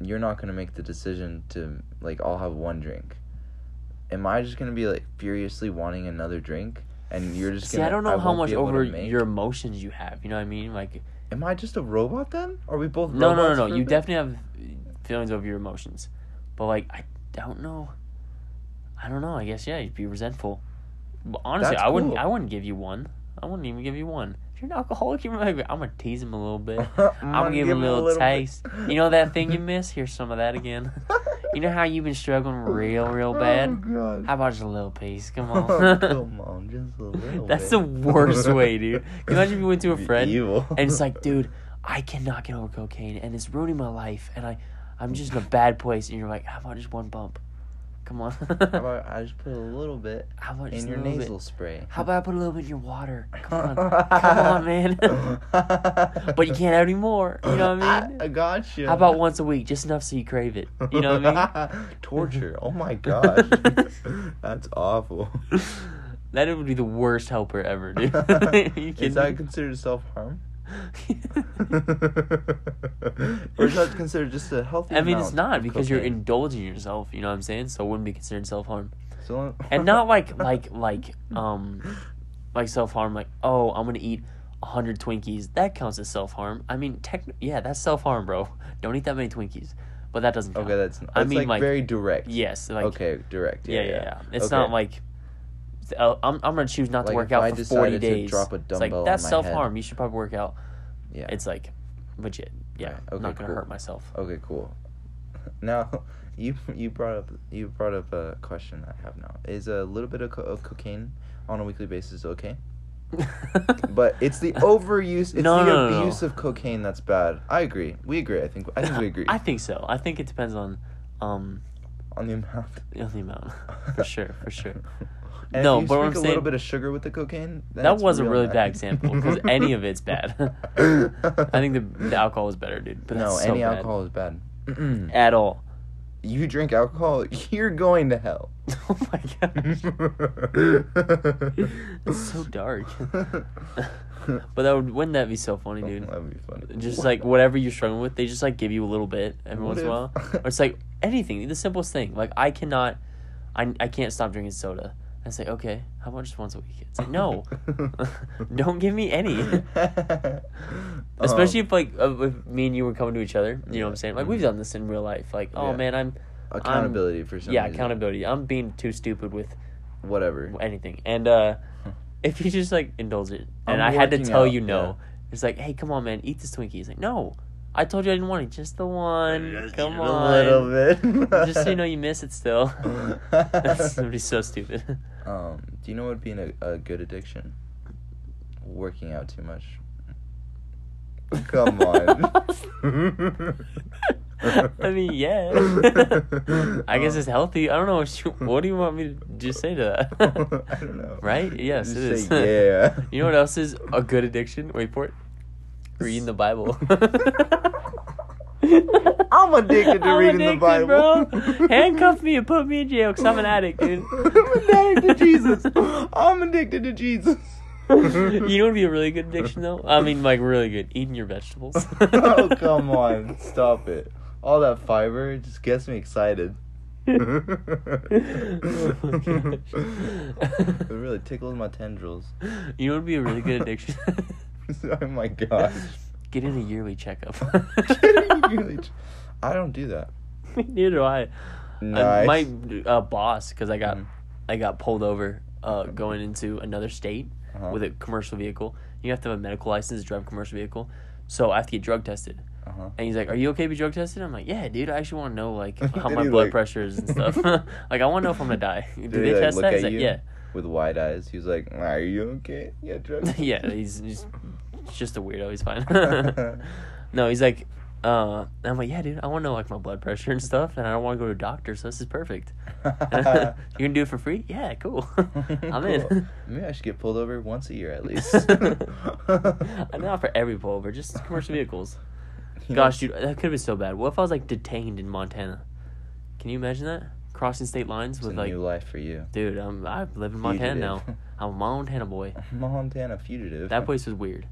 S1: you're not going to make the decision to, like, I'll have one drink. Am I just going to be, like, furiously wanting another drink? And you're just
S2: See,
S1: going to.
S2: I don't know how much over your emotions you have. You know what I mean? Like,
S1: Am I just a robot then? Are we both
S2: no, no,
S1: robots
S2: no,
S1: for
S2: no.
S1: a
S2: You
S1: bit?
S2: definitely have feelings over your emotions, but like, I don't know. I don't know. I guess yeah, you'd be resentful. But honestly,
S1: That's
S2: I wouldn't.
S1: cool.
S2: I wouldn't give you one. I wouldn't even give you one. If you're an alcoholic, you're like, I'm gonna tease him a
S1: [laughs]
S2: little bit.
S1: I'm
S2: I'm
S1: gonna
S2: gonna give him a little, taste. You know that
S1: [laughs]
S2: thing you miss? Here's some of that again. you know how you've been struggling real, real bad?
S1: Oh, God.
S2: How about just a little piece?
S1: [laughs]
S2: Come
S1: Oh,
S2: on.
S1: come on, just a little
S2: That's
S1: bit. [laughs]
S2: the worst way, dude. Can you imagine if you went to a
S1: Be
S2: friend
S1: evil.
S2: [laughs] and it's like, dude, I cannot get over cocaine and it's ruining my life and I, I'm just in a bad place and you're like, how about just one bump? Come
S1: [laughs]
S2: on. [laughs]
S1: How about I just put a little bit
S2: how about just
S1: in
S2: a
S1: your
S2: little bit?
S1: nasal spray?
S2: How [laughs] about I put a little bit in your water? Come on. Come
S1: [laughs]
S2: on, man. but you can't have any more. You know what I
S1: [laughs]
S2: mean?
S1: I gotcha.
S2: How about once a week? Just enough so you crave it. You know what I
S1: mean? [laughs] Torture. Oh my
S2: [laughs]
S1: gosh. That's awful. [laughs]
S2: mean? [laughs] that would be the worst helper ever, dude. [laughs] you
S1: Is
S2: kidding?
S1: that considered self harm?
S2: me?
S1: or is that considered just a healthy?
S2: [laughs] I mean, it's
S1: amount
S2: not
S1: of
S2: because you're
S1: cocaine?
S2: indulging yourself. You know what I'm saying? So it wouldn't be considered self harm,
S1: So- [laughs]
S2: and not like like like um like self harm. Like oh, I'm gonna eat hundred Twinkies. That counts as self harm. I mean, tech. Yeah, that's self harm, bro. [laughs] Don't eat that many Twinkies. But that doesn't. Count.
S1: Okay, that's. That's
S2: I mean,
S1: like,
S2: like-
S1: very direct.
S2: Yes. Like.
S1: okay, direct.
S2: Yeah,
S1: Yeah,
S2: yeah, yeah. It's
S1: Okay.
S2: not like. oh, I'm I'm gonna choose not to
S1: Like,
S2: work
S1: if
S2: out
S1: I
S2: for forty
S1: decided to
S2: days.
S1: drop a
S2: it's like
S1: dumbbell on
S2: that's
S1: my
S2: self harm. You should probably work out.
S1: Yeah.
S2: It's like, legit. Yeah,
S1: Right,
S2: I'm
S1: okay,
S2: not gonna
S1: cool.
S2: hurt myself.
S1: Okay, cool. Now, [laughs] you you brought up you brought up a question I have now. Is a little bit of, co- of cocaine on a weekly basis okay? [laughs] But it's
S2: [laughs]
S1: the overuse, it's
S2: No,
S1: the
S2: no, no, no.
S1: abuse of cocaine that's bad. I agree. We agree. I think I think
S2: [laughs]
S1: we agree
S2: I think so. I think it depends on, um,
S1: on the amount.
S2: [laughs] on the amount, for sure, for sure.
S1: [laughs] And
S2: No,
S1: if you
S2: but
S1: sprinkle
S2: what
S1: a
S2: I'm
S1: little
S2: saying-
S1: bit of sugar with the cocaine. then
S2: That
S1: it's
S2: was a
S1: real
S2: really
S1: bad.
S2: bad example, 'cause any of
S1: [laughs]
S2: it's bad. [laughs] I think the, the alcohol was better, dude. But
S1: no,
S2: that's so
S1: any
S2: bad.
S1: alcohol is bad.
S2: at all. [laughs]
S1: you drink alcohol, [laughs] you're going to hell.
S2: Oh
S1: [laughs]
S2: my gosh, it's so dark. [laughs] but that would wouldn't that be so funny, dude?
S1: That'd be funny.
S2: Just like whatever you're struggling with, they just like give you a little bit every
S1: What
S2: once in a while.
S1: if- [laughs]
S2: Or it's like anything, the simplest thing. Like I cannot, I I can't stop drinking soda. I say, okay, how about just once a week? It's
S1: [laughs]
S2: like no. [laughs] Don't give me any.
S1: Um,
S2: Especially if like uh, if me and you were coming to each other, you know what I'm saying? Like we've done this in real life. Like, oh
S1: Yeah.
S2: man, I'm
S1: accountability for some
S2: yeah,
S1: reason.
S2: accountability. I'm being too stupid with
S1: Whatever.
S2: anything. And
S1: [laughs]
S2: uh if you just like indulge it, and
S1: I'm
S2: i had to
S1: working
S2: tell
S1: out,
S2: you no, it's like, hey, come on, man, eat this Twinkie. He's like, no, I told you I didn't want it, just the one. come
S1: Just
S2: on,
S1: A little bit.
S2: just so you
S1: [laughs]
S2: know, you miss it still. [laughs] That's gonna be so stupid.
S1: um, do you know what would be an, a good addiction? Working out too much. Come on.
S2: [laughs] I
S1: [laughs]
S2: mean, yeah. I guess
S1: Um.
S2: it's healthy. I don't know. What, you, what do you want me to just say to
S1: [laughs] I
S2: that?
S1: don't know.
S2: Right? Yes,
S1: Just
S2: it is.
S1: say yeah.
S2: [laughs] you know what else is a good addiction? Wait for it. Reading the Bible.
S1: [laughs]
S2: [laughs]
S1: I'm addicted to reading the Bible.
S2: Bro. [laughs] Handcuff me and put me in jail because I'm an addict, dude.
S1: [laughs] I'm addicted to
S2: [laughs]
S1: Jesus. I'm addicted to Jesus.
S2: you know what would be a really good addiction, though? I mean, like, really good. Eating your vegetables.
S1: [laughs] oh
S2: [laughs]
S1: come on, stop it! All that fiber just gets me excited.
S2: [laughs] Oh, gosh.
S1: it really tickles my tendrils.
S2: [laughs]
S1: [laughs]
S2: You know what would be a really good addiction?
S1: oh my
S2: [laughs]
S1: gosh!
S2: Getting a yearly checkup.
S1: [laughs]
S2: [laughs]
S1: Really, I don't do that.
S2: Neither do I. I-
S1: Nice.
S2: my uh, boss, because I got
S1: Mhm.
S2: I got pulled over uh, going into another state
S1: Uh-huh.
S2: with a commercial vehicle. You have to have a medical license to drive a commercial vehicle, so I have to get drug tested.
S1: Uh-huh.
S2: And he's like, "Are you okay to be drug tested?" I'm like, "Yeah, dude. I actually want to know
S1: [laughs]
S2: like how
S1: Did
S2: my
S1: he,
S2: blood
S1: like-
S2: pressure is
S1: [laughs]
S2: and stuff. [laughs] like, I want to know if I'm gonna die. Do
S1: he,
S2: they
S1: like,
S2: test
S1: look
S2: that?"
S1: at
S2: He's like,
S1: you?
S2: "Yeah,
S1: With wide eyes, he was like, "Are you okay? Yeah, drugs."
S2: [laughs] yeah."
S1: [laughs]
S2: He's, he's just a weirdo. He's fine. [laughs] no, he's like, uh, and I'm like, "Yeah, dude. I want to know like my blood pressure and stuff, and I don't want to go to a doctor, so this
S1: [laughs]
S2: is perfect." [laughs] you can do it for free? Yeah, cool. [laughs] I'm
S1: Cool.
S2: in.
S1: Maybe I should get pulled over once a year at
S2: [laughs]
S1: least. [laughs]
S2: I'm not for every pole, but just commercial
S1: [laughs]
S2: vehicles.
S1: You know,
S2: Gosh, dude, that could have been so bad. What if I was like detained in Montana? Can you imagine that? Crossing state lines
S1: it's a
S2: with like,
S1: new life for you.
S2: dude, I'm, I live in Montana now.
S1: Fugitive. [laughs]
S2: I'm a Montana boy.
S1: Montana fugitive.
S2: That place was weird.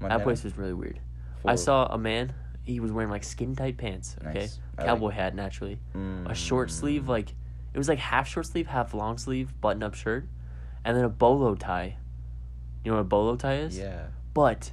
S1: Montana
S2: That place was really weird. I
S1: full-
S2: saw a man. He was wearing like skin tight pants. Okay,
S1: Nice. I like- mm,
S2: cowboy hat naturally. a short sleeve like it was like half short sleeve half long sleeve button up shirt and then a bolo tie you know what a bolo tie is
S1: Yeah.
S2: but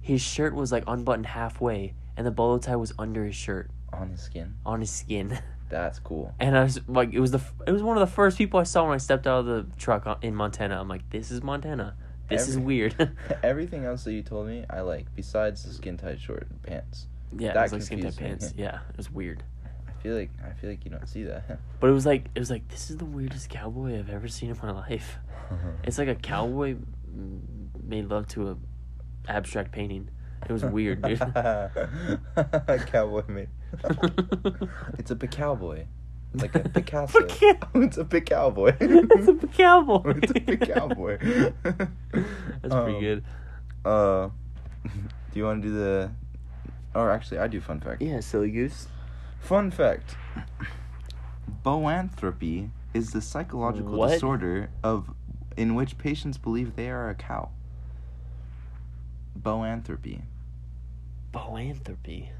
S2: his shirt was like unbuttoned halfway and the bolo tie was under his shirt
S1: On his skin.
S2: on his skin [laughs]
S1: That's cool. [laughs]
S2: and i was like it was the f- it was one of the first people i saw when i stepped out of the truck on- in montana i'm like this is montana this is
S1: Every-
S2: weird [laughs]
S1: Everything else that you told me, I like. Besides the skin tight short pants,
S2: yeah
S1: That
S2: it was like skin tight
S1: confused me. [laughs]
S2: pants yeah it was weird
S1: I feel like I feel like you don't see that. [laughs]
S2: but it was like it was like this is the weirdest cowboy i've ever seen in my [laughs] life It's like a cowboy m- made love to a abstract painting. It was weird, dude.
S1: [laughs] cowboy
S2: [laughs]
S1: mate. [laughs] it's a big cowboy. Like a [laughs]
S2: [laughs]
S1: Picasso.
S2: Pica-
S1: it's a big cowboy.
S2: [laughs] It's a big cowboy.
S1: [laughs] it's a big
S2: [laughs]
S1: cowboy.
S2: That's pretty
S1: Um,
S2: good.
S1: Uh, [laughs] do you want to do the? Or actually, I do fun fact.
S2: Yeah, silly goose.
S1: Fun fact. Boanthropy is the psychological
S2: What?
S1: disorder of in which patients believe they are a cow. Boanthropy.
S2: Boanthropy.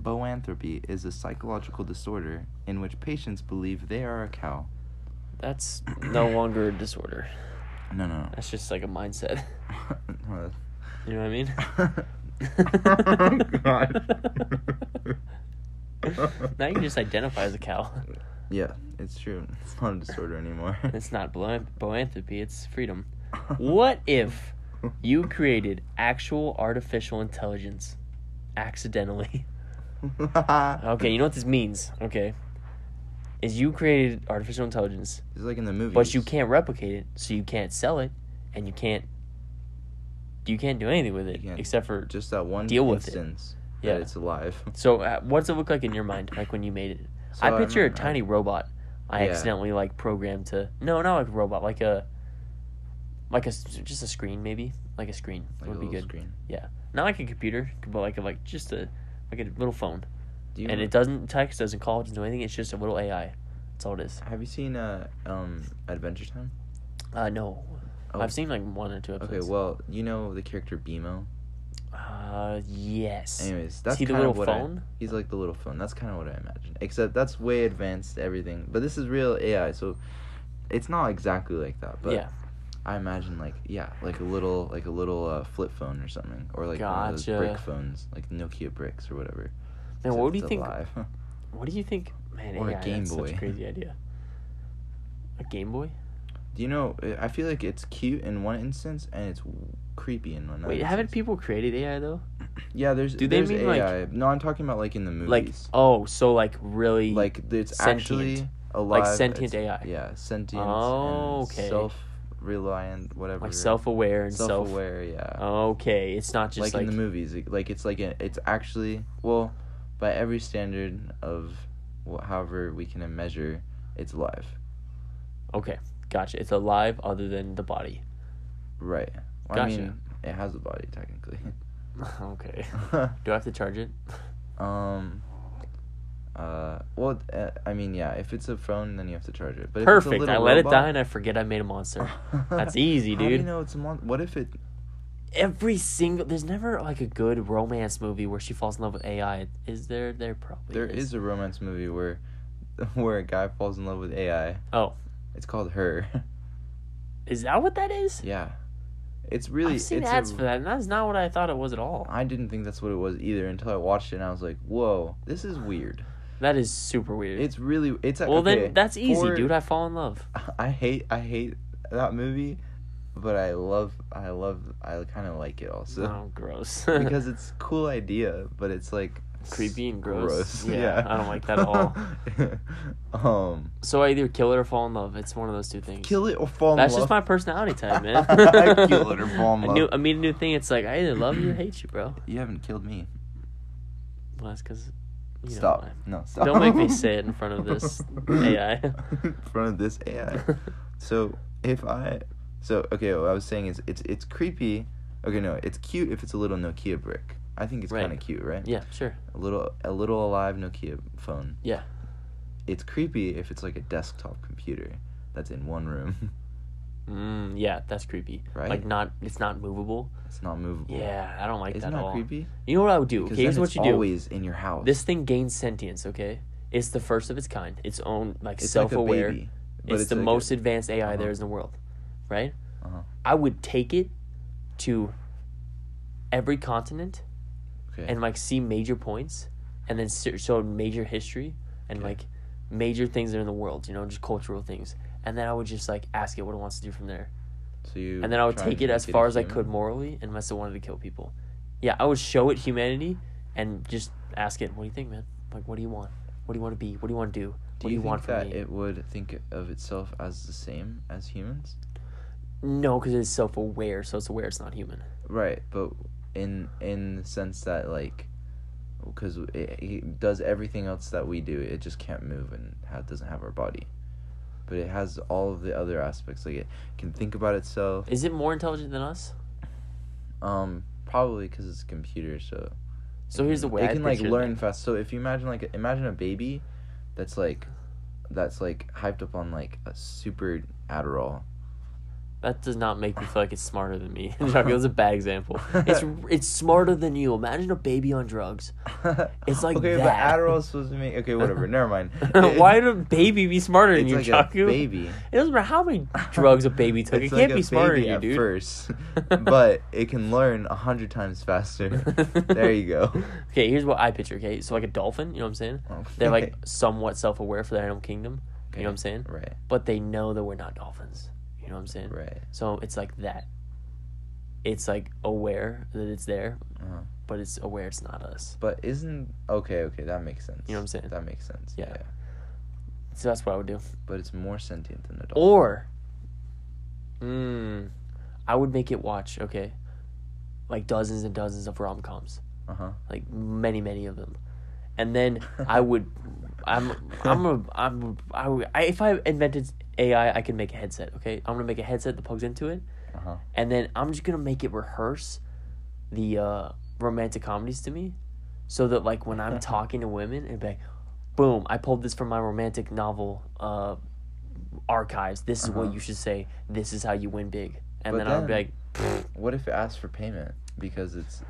S1: Boanthropy is a psychological disorder in which patients believe they are a cow.
S2: That's no longer a disorder.
S1: No, no, [laughs]
S2: That's just like a mindset. [laughs]
S1: no.
S2: You know what
S1: [laughs]
S2: I mean?
S1: oh,
S2: now you can just identify as a cow. [laughs]
S1: yeah, it's true. It's not a disorder anymore.
S2: It's not blo- boanthropy, it's freedom. What if you created actual artificial intelligence accidentally? [laughs] [laughs] Okay, you know what this means, okay? Is you created artificial intelligence,
S1: It's like in the movie.
S2: but you can't replicate it, so you can't sell it, and you can't you can't do anything with it
S1: You can't.
S2: except for
S1: just that one
S2: deal with it.
S1: instance
S2: Yeah.
S1: that it's alive.
S2: so. Uh, what does it look like in your mind, like when you made it?
S1: So
S2: I picture a
S1: remember-
S2: tiny robot. I
S1: Yeah.
S2: accidentally like programmed to no, not like a robot, like a like a s- just a screen maybe, like a screen
S1: like a
S2: would be
S1: little
S2: good.
S1: Screen.
S2: Not like a computer, but like a like just a like a little phone,
S1: Do you
S2: and
S1: know-
S2: it doesn't text, doesn't call, doesn't do anything. It's just a little AI. That's all it is.
S1: have you seen uh um Adventure Time?
S2: Uh, no.
S1: Oh.
S2: I've seen like one or two
S1: Okay,
S2: episodes.
S1: well you know the character Bimo.
S2: Uh, yes.
S1: Anyways,
S2: Is
S1: that's
S2: he the
S1: kind
S2: little
S1: of what I,
S2: phone?
S1: he's like the little phone. That's kind of what I imagine. Except that's way advanced everything. But this is real AI, so it's not exactly like that. But
S2: yeah.
S1: I imagine like yeah, like a little like a little uh, flip phone or something, or like one of those
S2: Gotcha.
S1: brick phones, like Nokia bricks or whatever.
S2: Now,
S1: except
S2: what do you
S1: it's
S2: think?
S1: alive. [laughs]
S2: What do you think? Man,
S1: Or a
S2: AI,
S1: Game
S2: that's such
S1: Boy.
S2: a crazy idea. A Game Boy?
S1: Do you know? I- I feel like it's cute in one instance and it's w- creepy in another.
S2: Wait, haven't
S1: instance.
S2: people created AI though?
S1: Yeah, there's.
S2: do they
S1: there's
S2: mean, like-
S1: AI. no, I'm talking about like in the
S2: Like,
S1: movies.
S2: oh, so like really?
S1: Like, it's
S2: sentient.
S1: actually alive.
S2: sentient
S1: it's-
S2: AI.
S1: Yeah, sentient.
S2: Oh, okay.
S1: Self reliant, whatever.
S2: Like self aware and self.
S1: Self-aware, yeah.
S2: Okay, it's not just
S1: like,
S2: like,
S1: in the movies, it- like it's like a, it's actually well, by every standard of wh- however we can measure, it's live.
S2: okay, gotcha. It's alive other than the body.
S1: Right. Well, I
S2: Gotcha.
S1: mean, it has a body technically. [laughs]
S2: [laughs] okay. Do I have to charge it?
S1: um. Uh. Well, uh, I mean, yeah. If it's a phone, then you have to charge it. But If
S2: Perfect.
S1: it's
S2: I let it
S1: [laughs]
S2: die and I forget I made a monster. That's easy,
S1: How do you
S2: dude.
S1: know it's a monster? What if it?
S2: Every single there's never like a good romance movie where she falls in love with AI. Is there? There probably
S1: There
S2: is.
S1: is a romance movie where, [laughs] where a guy falls in love with AI.
S2: Oh.
S1: It's called Her. [laughs]
S2: Is that what that is?
S1: yeah. It's really.
S2: I've seen
S1: it's
S2: ads
S1: a,
S2: for that, and that's not what I thought it was at all.
S1: I didn't think that's what it was either until I watched it and I was like, whoa, this is weird.
S2: That is super weird.
S1: It's really it's
S2: well,
S1: okay,
S2: then that's easy,
S1: for-
S2: dude. I fall in love.
S1: [laughs] I hate I hate that movie, but I love I love I kind of like it also
S2: oh, gross. [laughs]
S1: [laughs] because it's a cool idea, but it's like s-
S2: Creepy and gross. Yeah, I don't like that at
S1: all. [laughs] um,
S2: so I either kill it or fall in love. It's one of those two things.
S1: kill it or fall
S2: that's
S1: in love.
S2: just my personality type, man.
S1: [laughs] Kill it or fall in
S2: I, knew,
S1: love.
S2: I mean, [laughs] a new thing. It's like I either love you or hate you, bro.
S1: You haven't killed me.
S2: Well, that's because. You
S1: stop.
S2: Know,
S1: No, stop.
S2: Don't
S1: [laughs]
S2: make me say it in front of this AI.
S1: in front of this AI.
S2: why.
S1: So if I, so okay, what I was saying is it's it's creepy. Okay, no, it's cute if it's a little Nokia brick. I think it's
S2: Right.
S1: kind of cute, right?
S2: [laughs] yeah, sure.
S1: A little a little alive Nokia phone.
S2: Yeah.
S1: It's creepy if it's like a desktop computer that's in one room. [laughs]
S2: Mm, yeah, that's creepy.
S1: Right?
S2: Like not, it's not movable.
S1: it's not movable.
S2: Yeah, I don't like
S1: Isn't
S2: that at
S1: that
S2: all.
S1: creepy?
S2: You know what I would do?
S1: Because
S2: okay, here's
S1: then
S2: what
S1: it's
S2: you do.
S1: always in your house.
S2: This thing gains sentience, okay? It's the first of its kind. Its own like
S1: it's
S2: self
S1: like a
S2: aware.
S1: baby, but
S2: it's, the
S1: like a-
S2: most advanced AI
S1: Uh-huh.
S2: there is in the world. Right?
S1: Uh-huh.
S2: I would take it to every continent
S1: okay.
S2: and like see major points and then ser- show major history and
S1: Okay.
S2: like major things that are in the world, you know, just cultural things. And then I would just like ask it what it wants to do from there.
S1: so you
S2: And then I would
S1: try
S2: take
S1: and
S2: it as
S1: make
S2: far as I
S1: human?
S2: could morally unless it wanted to kill people. Yeah, I would show it humanity and just ask it, what do you think, man? Like, what do you want? What do you want to be? What do you want to do?
S1: Do
S2: what do
S1: you
S2: you want
S1: think
S2: from
S1: that
S2: me?
S1: it would think of itself as the same as humans?
S2: No, because it's self aware, so it's aware it's not human.
S1: Right, but in in the sense that like, because it, it does everything else that we do, it just can't move and ha doesn't have our body, but it has all of the other aspects. Like it can think about itself.
S2: Is it more intelligent than us?
S1: Um, probably because it's a computer, so
S2: So here's the way
S1: it
S2: I
S1: can like
S2: picture
S1: learn
S2: it.
S1: fast. So if you imagine like imagine a baby, that's like, that's like hyped up on like a super Adderall.
S2: That does not make me feel like it's smarter
S1: [laughs]
S2: than me. [laughs] Chuck, that was a bad example. It's it's smarter than you. Imagine a baby on
S1: [laughs]
S2: drugs. [laughs] It's like
S1: okay,
S2: that.
S1: but Adderall's supposed to make okay,
S2: [laughs]
S1: whatever. Never mind.
S2: Why would a baby be smarter than
S1: it's
S2: you,
S1: like
S2: Chaku?
S1: a baby.
S2: It doesn't matter how many drugs a
S1: [laughs]
S2: baby took. it
S1: It's
S2: can't
S1: like a
S2: be smarter
S1: baby
S2: than
S1: at
S2: you, dude. [laughs]
S1: First, but it can learn a hundred times
S2: [laughs]
S1: faster. there you go.
S2: Okay, here's what I picture. Okay, so like a dolphin, you know what I'm saying? They're like somewhat self-aware for their animal kingdom. You know what I'm saying?
S1: Right,
S2: But they know that we're not dolphins. You know what I'm saying?
S1: right.
S2: So it's like that. It's like aware that it's there,
S1: Uh-huh.
S2: but it's aware it's not us.
S1: But isn't okay? Okay, that makes sense.
S2: You know what I'm saying?
S1: That makes sense.
S2: Yeah. So that's what I would do.
S1: But it's more sentient than a dolphin.
S2: Or, mm, I would make it watch, okay, like dozens and dozens of rom coms,
S1: Uh huh.
S2: like many, many of them, and then I would, I'm, I'm, a, I'm, I, would- I, if I invented AI, I could make a headset. Okay, I'm gonna make a headset that plugs into it,
S1: Uh huh.
S2: and then I'm just gonna make it rehearse the uh, romantic comedies to me, so that like
S1: [laughs]
S2: when I'm talking to women, it'd be like, boom, I pulled this from my romantic novel uh, archives. This is what
S1: Uh-huh.
S2: you should say. This is how you win big. And
S1: But
S2: then, I'll be
S1: then-
S2: like,
S1: What if it asks for payment because it's,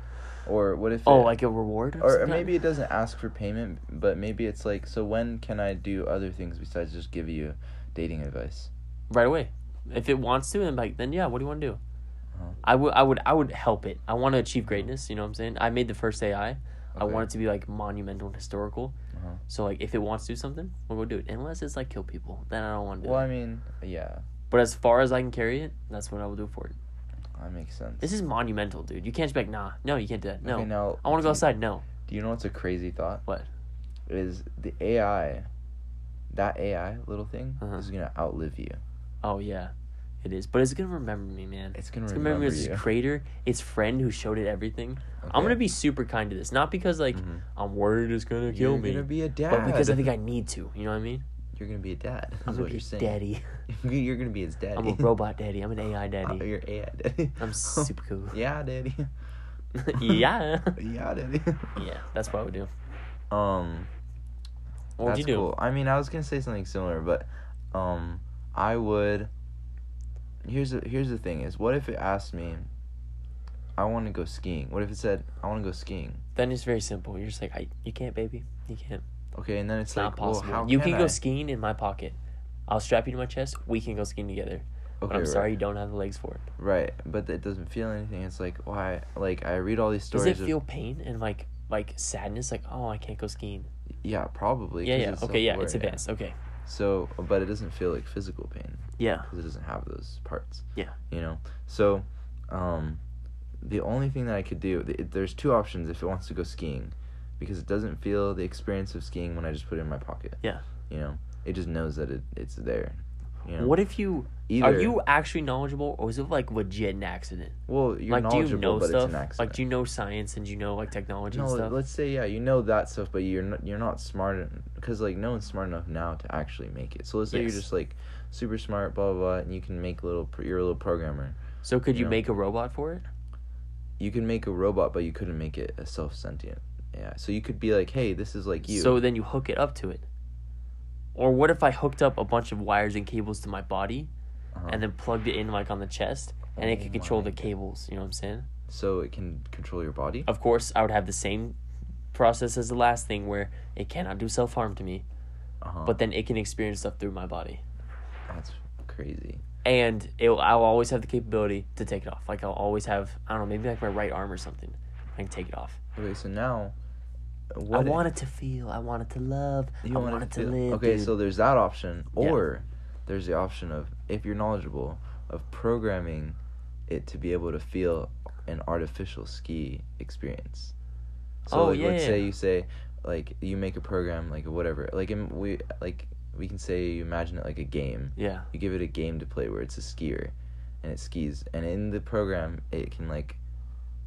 S1: or what if?
S2: oh,
S1: it-
S2: like a reward, or,
S1: Or
S2: something?
S1: maybe it doesn't ask for payment, but maybe it's like, so when can I do other things besides just give you dating advice?
S2: right away. If it wants to, then like then yeah, what do you want to do?
S1: Uh-huh.
S2: I would I would I would help it. I want to achieve greatness. You know what I'm saying? I made the first AI. I
S1: Okay.
S2: want it to be like monumental and historical.
S1: Uh-huh.
S2: So like if it wants to do something, we'll go do it. Unless it's like kill people, then I don't want to do
S1: Well,
S2: it.
S1: I mean, yeah,
S2: But as far as I can carry it, that's what I will do for it.
S1: that makes sense.
S2: This is monumental, dude. You can't just be like, nah, no, you can't do that. No,
S1: Okay, now
S2: I want
S1: do
S2: to go
S1: you-
S2: outside. No,
S1: Do you know what's a crazy thought?
S2: What?
S1: Is the AI, that AI little thing
S2: Uh-huh.
S1: is gonna outlive you.
S2: oh yeah, It is, but it's gonna remember me, man.
S1: It's gonna
S2: It's gonna remember
S1: remember
S2: me as
S1: you.
S2: its creator, its friend who showed it everything.
S1: Okay.
S2: I'm gonna be super kind to this, not because like
S1: Mhm.
S2: I'm worried it's gonna kill
S1: You're
S2: me,
S1: gonna be a dad.
S2: but [laughs] because I think I need to. You know what I mean?
S1: you're gonna be a dad. Is
S2: I'm gonna
S1: what
S2: be
S1: you're
S2: his
S1: saying.
S2: daddy.
S1: [laughs] you're gonna be his daddy.
S2: [laughs] I'm a robot daddy. I'm an AI
S1: [laughs] Oh,
S2: daddy.
S1: you're a daddy.
S2: I'm super cool.
S1: [laughs]
S2: [laughs]
S1: yeah, daddy.
S2: yeah.
S1: [laughs] yeah, daddy. [laughs]
S2: Yeah, that's what I would do.
S1: Um.
S2: What would
S1: That's
S2: you do?
S1: cool. I mean, I was gonna say something similar, but um, I would. Here's the here's the thing: is what if it asked me, I want to go skiing. What if it said, I want to go skiing?
S2: Then it's very simple. You're just like, I, you can't, baby. You can't.
S1: Okay, and then it's,
S2: It's
S1: like,
S2: not
S1: well,
S2: possible.
S1: how
S2: you
S1: can,
S2: can
S1: I?
S2: go skiing in my pocket. I'll strap you to my chest. We can go skiing together.
S1: Okay,
S2: but I'm
S1: right,
S2: sorry you don't have the legs for it.
S1: Right, but it doesn't feel anything. It's like why? Like I read all these
S2: Does
S1: stories.
S2: it
S1: of-
S2: feel pain and like like sadness? Like, oh, I can't go skiing.
S1: yeah, probably.
S2: yeah,
S1: 'cause
S2: yeah.
S1: it's
S2: Okay, yeah. It's
S1: self-aware,
S2: advanced. Okay.
S1: So, but it doesn't feel like physical pain.
S2: Yeah.
S1: because it doesn't have those parts.
S2: Yeah.
S1: You know, so um, the only thing that I could do, th- there's two options if it wants to go skiing, because it doesn't feel the experience of skiing when I just put it in my pocket.
S2: Yeah.
S1: You know, it just knows that it, it's there. You know,
S2: What if you
S1: Either,
S2: are you actually knowledgeable or is it like legit an accident?
S1: Well, you're
S2: like, do you
S1: knowledgeable,
S2: know
S1: but
S2: stuff?
S1: it's an accident.
S2: Like, do you know science and do you know like technology
S1: no,
S2: and stuff?
S1: let's say yeah, you know that stuff, but you're not, you're not smart because like no one's smart enough now to actually make it. So let's say
S2: Yes.
S1: you're just like super smart, blah blah, blah and you can make little. pro- You're a little programmer.
S2: so could
S1: you
S2: you
S1: know.
S2: make a robot for it?
S1: you can make a robot, but you couldn't make it a self sentient. Yeah, so you could be like, hey, this is like you.
S2: So then you hook it up to it. Or what if I hooked up a bunch of wires and cables to my body
S1: Uh-huh.
S2: and then plugged it in like on the chest and it
S1: Oh
S2: could control
S1: my
S2: the cables, you know what I'm saying?
S1: so it can control your body.
S2: Of course, I would have the same process as the last thing where it cannot do self-harm to me,
S1: Uh-huh.
S2: but then it can experience stuff through my body.
S1: that's crazy.
S2: And it'll, I'll always have the capability to take it off. Like I'll always have, I don't know, maybe like my right arm or something. I can take it off.
S1: Okay, so now, what?
S2: I want it to feel. I want it to love.
S1: if- you
S2: I
S1: want
S2: want,
S1: it
S2: it to
S1: feel-
S2: live.
S1: Okay,
S2: dude.
S1: so there's that option,
S2: Yeah.
S1: or there's the option of if you're knowledgeable of programming it to be able to feel an artificial ski experience. So
S2: Oh,
S1: like, let's
S2: yeah.
S1: say you say like you make a program like whatever like im- we like we can say you imagine it like a game
S2: yeah,
S1: you give it a game to play where it's a skier and it skis and in the program it can like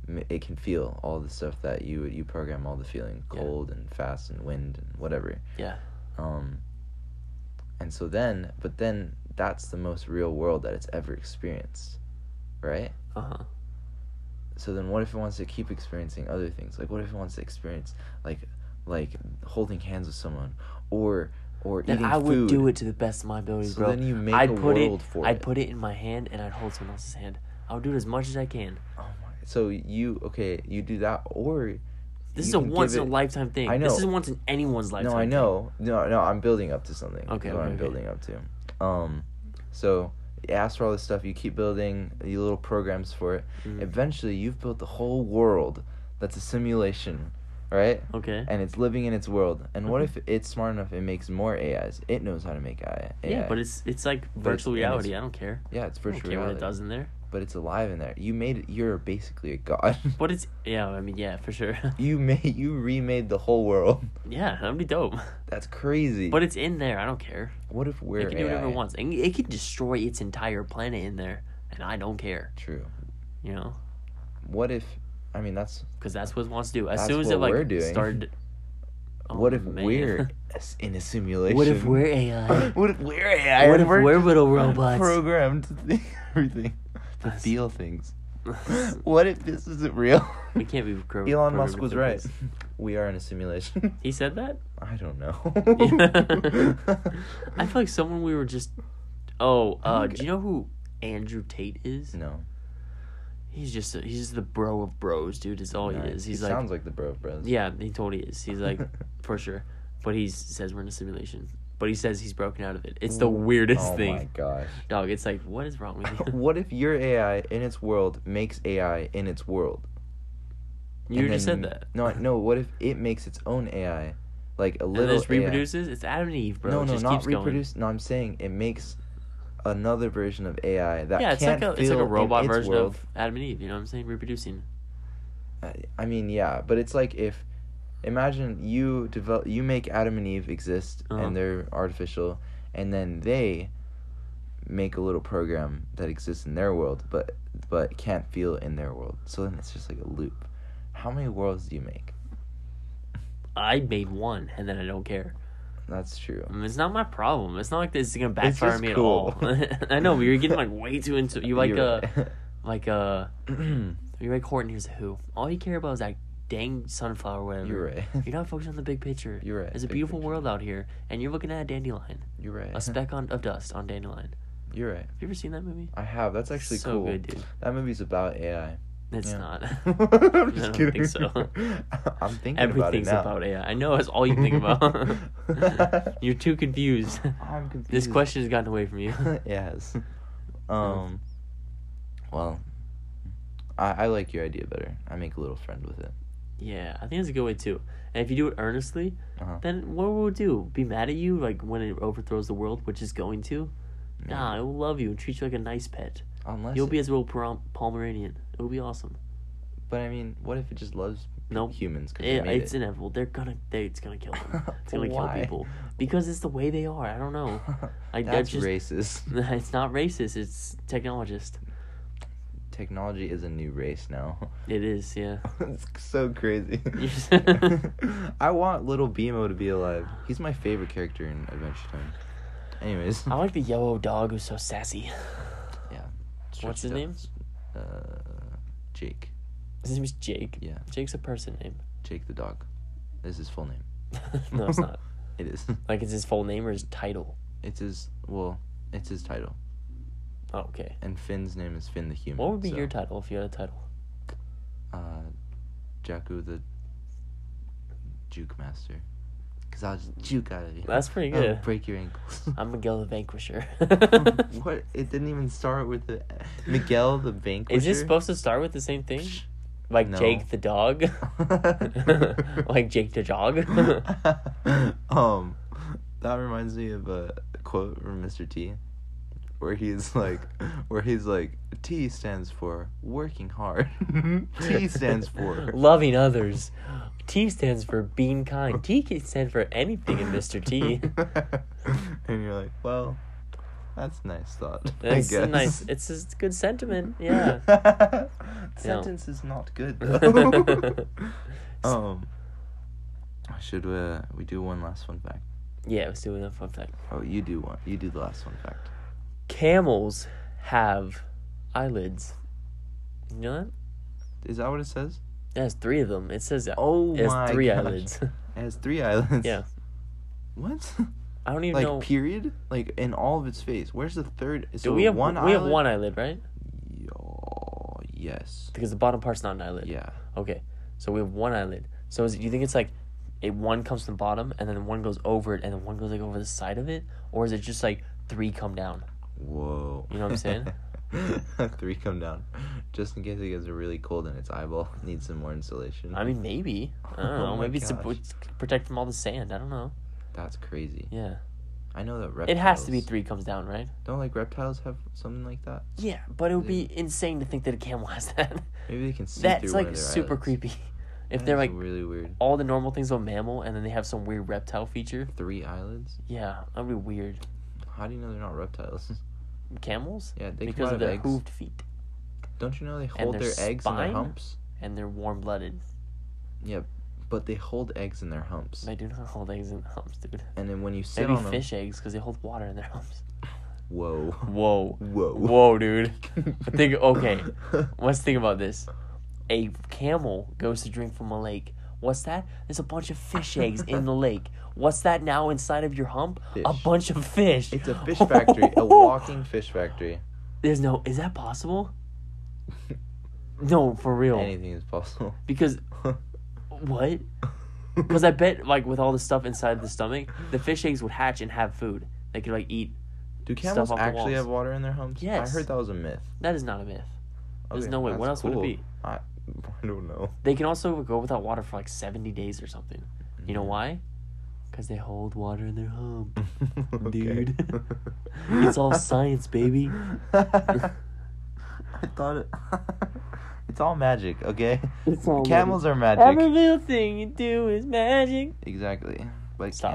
S1: m- it can feel all the stuff that you you program all the feeling
S2: Yeah.
S1: cold and fast and wind and whatever
S2: Yeah.
S1: um and so then but then that's the most real world that it's ever experienced right
S2: uh huh.
S1: so then what if it wants to keep experiencing other things like what if it wants to experience like like holding hands with someone or or
S2: Then
S1: eating
S2: I would
S1: food
S2: do it to the best of my ability,
S1: so
S2: bro.
S1: then you make
S2: I'd
S1: a
S2: put
S1: world
S2: it,
S1: for
S2: I'd
S1: it
S2: put it in my hand and I'd hold someone else's hand. I'll do it as much as I can.
S1: Oh my! So you okay? You do that, or
S2: This
S1: You
S2: is a
S1: can give
S2: once in a
S1: it-
S2: lifetime thing.
S1: I know.
S2: This is once in anyone's lifetime.
S1: no? I
S2: thing.
S1: know, no, no. I'm building up to something.
S2: Okay,
S1: is what
S2: okay,
S1: I'm
S2: okay.
S1: building up to. Um, so you ask for all this stuff. You keep building the little programs for it.
S2: Mhm.
S1: Eventually, you've built the whole world that's a simulation, right?
S2: Okay.
S1: And it's living in its world. And what if
S2: Mhm.
S1: it's smart enough? It makes more AIs. It knows how to make AI.
S2: Yeah, but it's it's like virtual
S1: and it's
S2: reality. I don't care.
S1: yeah, it's
S2: I don't
S1: virtual
S2: care
S1: reality.
S2: what it does in there.
S1: But it's alive in there. You made it. You're basically a god.
S2: But it's yeah. I mean yeah, for sure.
S1: [laughs]
S2: [laughs]
S1: you made. You remade the whole world.
S2: yeah, that'd be dope.
S1: That's crazy.
S2: But it's in there. I don't care.
S1: What if we're
S2: it can do whatever
S1: AI?
S2: it wants, and it can destroy its entire planet in there, and I don't care.
S1: True.
S2: You know,
S1: What if? I mean, that's.
S2: because that's what it wants to do. As
S1: That's
S2: soon as
S1: what
S2: it like
S1: we're doing.
S2: started.
S1: [laughs]
S2: Oh,
S1: what if
S2: man. [laughs]
S1: we're s- in a simulation?
S2: What if
S1: [laughs]
S2: we're AI?
S1: what if we're AI?
S2: What
S1: and
S2: if we're
S1: [laughs]
S2: little robots?
S1: Programmed to think [laughs] everything, to
S2: That's-
S1: feel things. [laughs] What if this isn't real?
S2: [laughs] we can't be.
S1: [laughs]
S2: Pro-
S1: Elon
S2: programmed
S1: Musk
S2: with
S1: was
S2: the
S1: right.
S2: voice.
S1: [laughs] We are in a simulation. [laughs]
S2: He said that.
S1: I don't know.
S2: [laughs] I feel like someone we were just. Oh,
S1: I
S2: uh,
S1: think-
S2: do you know who Andrew Tate
S1: [laughs]
S2: is?
S1: no.
S2: He's just a, he's just the bro of bros, dude. Is all Oh, he
S1: Nice.
S2: is.
S1: He
S2: He's like
S1: sounds like the bro bros.
S2: yeah, he totally is.
S1: [laughs]
S2: He's like for sure, but he says we're in a simulation. But he says he's broken out of it. It's the weirdest
S1: oh
S2: thing,
S1: my gosh.
S2: dog. It's like what is
S1: [laughs]
S2: wrong with you?
S1: what if your AI in its world makes AI in its world?
S2: you
S1: and
S2: just
S1: then-
S2: said that.
S1: No, I-
S2: [laughs]
S1: no. What if it makes its own AI, like a
S2: and
S1: little
S2: then just
S1: AI?
S2: reproduces. It's Adam and Eve, bro.
S1: no,
S2: it
S1: no,
S2: just
S1: not
S2: keeps going.
S1: reproduce. No, I'm saying it makes another version of AI that
S2: Yeah, it's
S1: can't
S2: like a
S1: feel
S2: it's like a robot
S1: in its
S2: version
S1: world.
S2: of Adam and Eve. You know what I'm saying? Reproducing.
S1: I mean, yeah, but it's like if, imagine you develop, you make Adam and Eve exist,
S2: Uh-huh.
S1: and they're artificial, and then they make a little program that exists in their world, but but can't feel it in their world. So then it's just like a loop. How many worlds do you make?
S2: I made one, and then I don't care.
S1: That's true.
S2: I mean, it's not my problem. It's not like this is gonna
S1: It's
S2: backfire
S1: just
S2: me
S1: cool.
S2: at all. [laughs] I know, but you're
S1: [laughs]
S2: getting like way too into you like
S1: You're
S2: uh
S1: right. [laughs]
S2: like uh [clears throat] you're like Horton here's a who. All you care about is that dang sunflower whatever.
S1: You're right.
S2: [laughs] You're not focused on the big picture.
S1: You're right,
S2: There's a
S1: big
S2: beautiful
S1: picture.
S2: world out here, and you're looking at a dandelion,
S1: You're right.
S2: a speck on of dust on dandelion.
S1: You're right.
S2: Have you ever seen that movie?
S1: I have. That's actually
S2: so
S1: cool.
S2: good, dude.
S1: That movie's about AI.
S2: It's
S1: Yeah.
S2: not.
S1: [laughs]
S2: [laughs]
S1: I'm just
S2: I don't
S1: kidding.
S2: think so.
S1: [laughs] I'm thinking about it
S2: Everything's
S1: now.
S2: about, AI. I know that's all you think
S1: [laughs]
S2: about. [laughs] you're too confused.
S1: I'm confused.
S2: This question has gotten away
S1: [laughs]
S2: from you. [laughs]
S1: yes. Um. Well, I, I like your idea better. I make a little friend with it.
S2: Yeah, I think that's a good way too. And if you do it earnestly,
S1: Uh-huh.
S2: then what will it do? Be mad at you like when it overthrows the world, which is going to? Nah, it will love you and treat you like a nice pet.
S1: Unless
S2: You'll
S1: it-
S2: be as well Pom- Pomeranian. It will be awesome.
S1: But I mean, what if it just loves
S2: Nope.
S1: humans? Cause
S2: It,
S1: they made
S2: it's
S1: it.
S2: inevitable. They're gonna. They, it's gonna kill them. [laughs]
S1: [laughs]
S2: It's gonna kill
S1: Why?
S2: people because it's the way they are. I
S1: [laughs]
S2: don't know. [laughs] I- I
S1: That's
S2: just-
S1: racist.
S2: [laughs] it's not racist. It's technologist.
S1: Technology is a new race now. [laughs]
S2: It is. Yeah.
S1: it's so
S2: [laughs]
S1: crazy.
S2: You're-
S1: I want little Bimo to be alive. He's my favorite character in Adventure Time. Anyways,
S2: I like the yellow dog who's so sassy.
S1: yeah.
S2: What's his
S1: Stretched
S2: name?
S1: out, Uh, Jake.
S2: His name is Jake.
S1: Yeah,
S2: Jake's a person name. [laughs]
S1: Jake the dog. Is his full name?
S2: no, it's [laughs] not.
S1: It is. [laughs]
S2: Like it's his full name or his title.
S1: It's his. Well, it's his title.
S2: Oh, okay.
S1: And Finn's name is Finn the human.
S2: What would be
S1: so,
S2: your title if you had a title?
S1: Uh, Jakku the juke master. Cause I'll just juke out of you.
S2: That's pretty
S1: I'll
S2: good.
S1: break your ankles.
S2: [laughs] I'm Miguel the [laughs] Vanquisher.
S1: what? It didn't even start with the Miguel the Vanquisher.
S2: Is this supposed to start with the same thing?
S1: Psh.
S2: Like
S1: No.
S2: Jake the dog? [laughs] like Jake the dog?
S1: [laughs] um, that reminds me of a quote from Mr. T, where he's like, where he's like, T stands for working hard. [laughs] T stands for
S2: [laughs] loving others. T stands for being kind. T can stand for anything in
S1: [laughs]
S2: Mr. T.
S1: and you're like, well, that's a nice thought.
S2: It's
S1: I guess.
S2: a nice. It's a s- good sentiment.
S1: [laughs]
S2: Yeah.
S1: Sentence is not
S2: [laughs]
S1: good though. [laughs] um, should we, we do one last fun fact?
S2: Yeah. Let's do another fun fact.
S1: Oh, you do one. You do the last fun fact.
S2: Camels have eyelids. You know that?
S1: Is that what it says?
S2: It has three of them. It says
S1: Oh
S2: it
S1: my
S2: has three
S1: gosh.
S2: eyelids. [laughs]
S1: It has three eyelids.
S2: Yeah.
S1: What?
S2: I don't
S1: [laughs]
S2: even
S1: like
S2: know.
S1: period? Like in all of its face. Where's the third?
S2: Do we have one we have one eyelid, right?
S1: Yo, yes.
S2: Because the bottom part's not an eyelid.
S1: Yeah.
S2: Okay. So we have one eyelid. So is, do you think it's like it one comes from the bottom and then one goes over it and then one goes like over the side of it or is it just like three come down?
S1: Whoa.
S2: You know what I'm saying?
S1: [laughs] three come down, just in case it gets really cold and its eyeball [laughs] needs some more insulation.
S2: I mean maybe. [laughs] I don't
S1: Oh
S2: know.
S1: my
S2: maybe it's to
S1: gosh.
S2: pro- protect from all the sand. I don't know.
S1: That's crazy.
S2: Yeah.
S1: I know that reptiles.
S2: It has to be three comes down, right?
S1: Don't like reptiles have something like that?
S2: Yeah, but it would be insane to think that a camel has that. [laughs]
S1: Maybe they can see
S2: That's
S1: through one
S2: like
S1: of their
S2: super
S1: eyelids.
S2: creepy. If
S1: That
S2: they're
S1: is
S2: like
S1: really weird.
S2: all the normal things are mammal and then they have some weird reptile feature.
S1: Three eyelids?
S2: Yeah, that'd be weird.
S1: How do you know they're not reptiles? [laughs]
S2: Camels?
S1: yeah, they come
S2: because
S1: out
S2: of
S1: of
S2: their
S1: eggs.
S2: hooved feet
S1: Don't you know they hold
S2: their
S1: their, eggs in their
S2: spine?
S1: humps?
S2: and they're warm blooded.
S1: But they hold eggs in their humps.
S2: They do not [laughs] hold eggs in their humps, dude.
S1: And then when you sit
S2: Maybe
S1: on them,
S2: fish eggs 'cause eggs because they hold water in their [laughs] humps.
S1: whoa, [laughs]
S2: Whoa.
S1: whoa,
S2: Whoa, dude. Think- okay. Let's think about this. A camel goes to drink from a lake. What's that? There's a bunch of fish eggs
S1: [laughs]
S2: in the lake. What's that now inside of your hump? A
S1: Fish.
S2: bunch of
S1: [laughs]
S2: fish.
S1: It's a fish
S2: [laughs]
S1: factory, a walking fish factory.
S2: There's no. Is that
S1: [laughs]
S2: possible? no, for real.
S1: Anything is possible. [laughs]
S2: Because what? Because I bet like with all the stuff inside the stomach, the fish eggs would hatch and have food. They could like eat.
S1: Do
S2: Stuff
S1: camels
S2: off the
S1: actually
S2: walls.
S1: have water in their humps?
S2: Yes.
S1: I heard that was a myth.
S2: That is not a myth. There's
S1: Okay,
S2: no way.
S1: Oh, that's
S2: What else
S1: cool.
S2: would it be?
S1: I, I don't know. [laughs]
S2: They can also go without water for like 70 days or something. You
S1: Mm.
S2: know why? Because they hold water in their
S1: [laughs]
S2: hump.
S1: Okay. [laughs]
S2: Dude. It's all science, baby.
S1: I thought it. [laughs] it's all magic, okay?
S2: It's all
S1: Camels are magic.
S2: Every little thing you do is magic. [laughs]
S1: Exactly. Like
S2: Stop.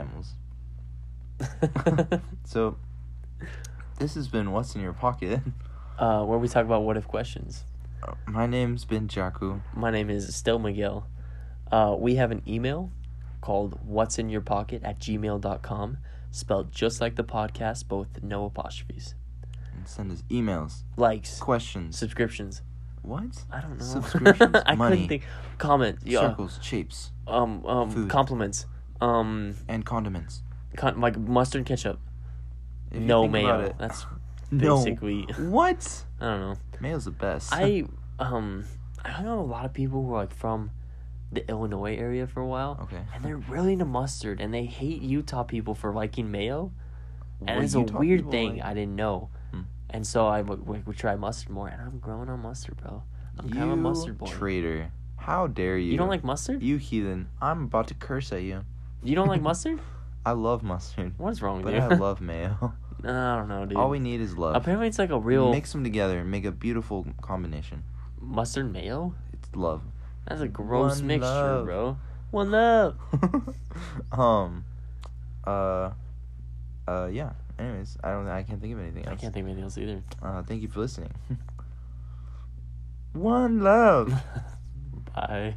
S1: camels. So, This has been What's in Your Pocket. [laughs]
S2: uh, where we talk about what if questions.
S1: Uh, My name's Ben Jaku.
S2: My name is still Miguel. Uh, we have an email called what's in your pocket at gmail.com, spelled just like the podcast, both no apostrophes.
S1: And send us emails,
S2: Likes,
S1: questions.
S2: subscriptions.
S1: What?
S2: I don't know.
S1: Subscriptions,
S2: [laughs] I couldn't
S1: money.
S2: think. Comments. Yeah.
S1: Circles, shapes,
S2: Um, um,
S1: Food.
S2: compliments. Um,
S1: and condiments.
S2: con- like mustard ketchup.
S1: If you
S2: no
S1: think about
S2: mayo.
S1: it-
S2: That's
S1: [laughs] No.
S2: basically.
S1: What?
S2: I
S1: [laughs]
S2: don't know.
S1: Mayo's the best.
S2: I um I know a lot of people who are like from the Illinois area for a while.
S1: [laughs] Okay.
S2: And they're really into mustard and they hate Utah people for liking mayo.
S1: What
S2: And
S1: do
S2: it's a
S1: Utah
S2: weird
S1: people
S2: thing
S1: like?
S2: I didn't know.
S1: Hmm.
S2: And so I would, would, would try mustard more and I'm growing on mustard, bro. I'm kind of
S1: you
S2: a mustard boy.
S1: traitor! How dare you?
S2: you don't like mustard? You,
S1: you heathen! I'm about to curse at you. [laughs]
S2: don't like mustard?
S1: I love mustard, [laughs]
S2: What is wrong
S1: but
S2: with you?
S1: I
S2: [laughs]
S1: love mayo. [laughs]
S2: I don't know, dude.
S1: All we need is love.
S2: Apparently it's like a real
S1: Mix them together and make a beautiful combination.
S2: mustard mayo.
S1: It's love. [laughs]
S2: That's a gross
S1: One
S2: mixture,
S1: love.
S2: bro. One love.
S1: um, uh, uh, yeah. Anyways, I don't. I can't think of anything
S2: I
S1: else.
S2: can't think of anything else either.
S1: Uh, [laughs] thank you for listening. One love.
S2: Bye.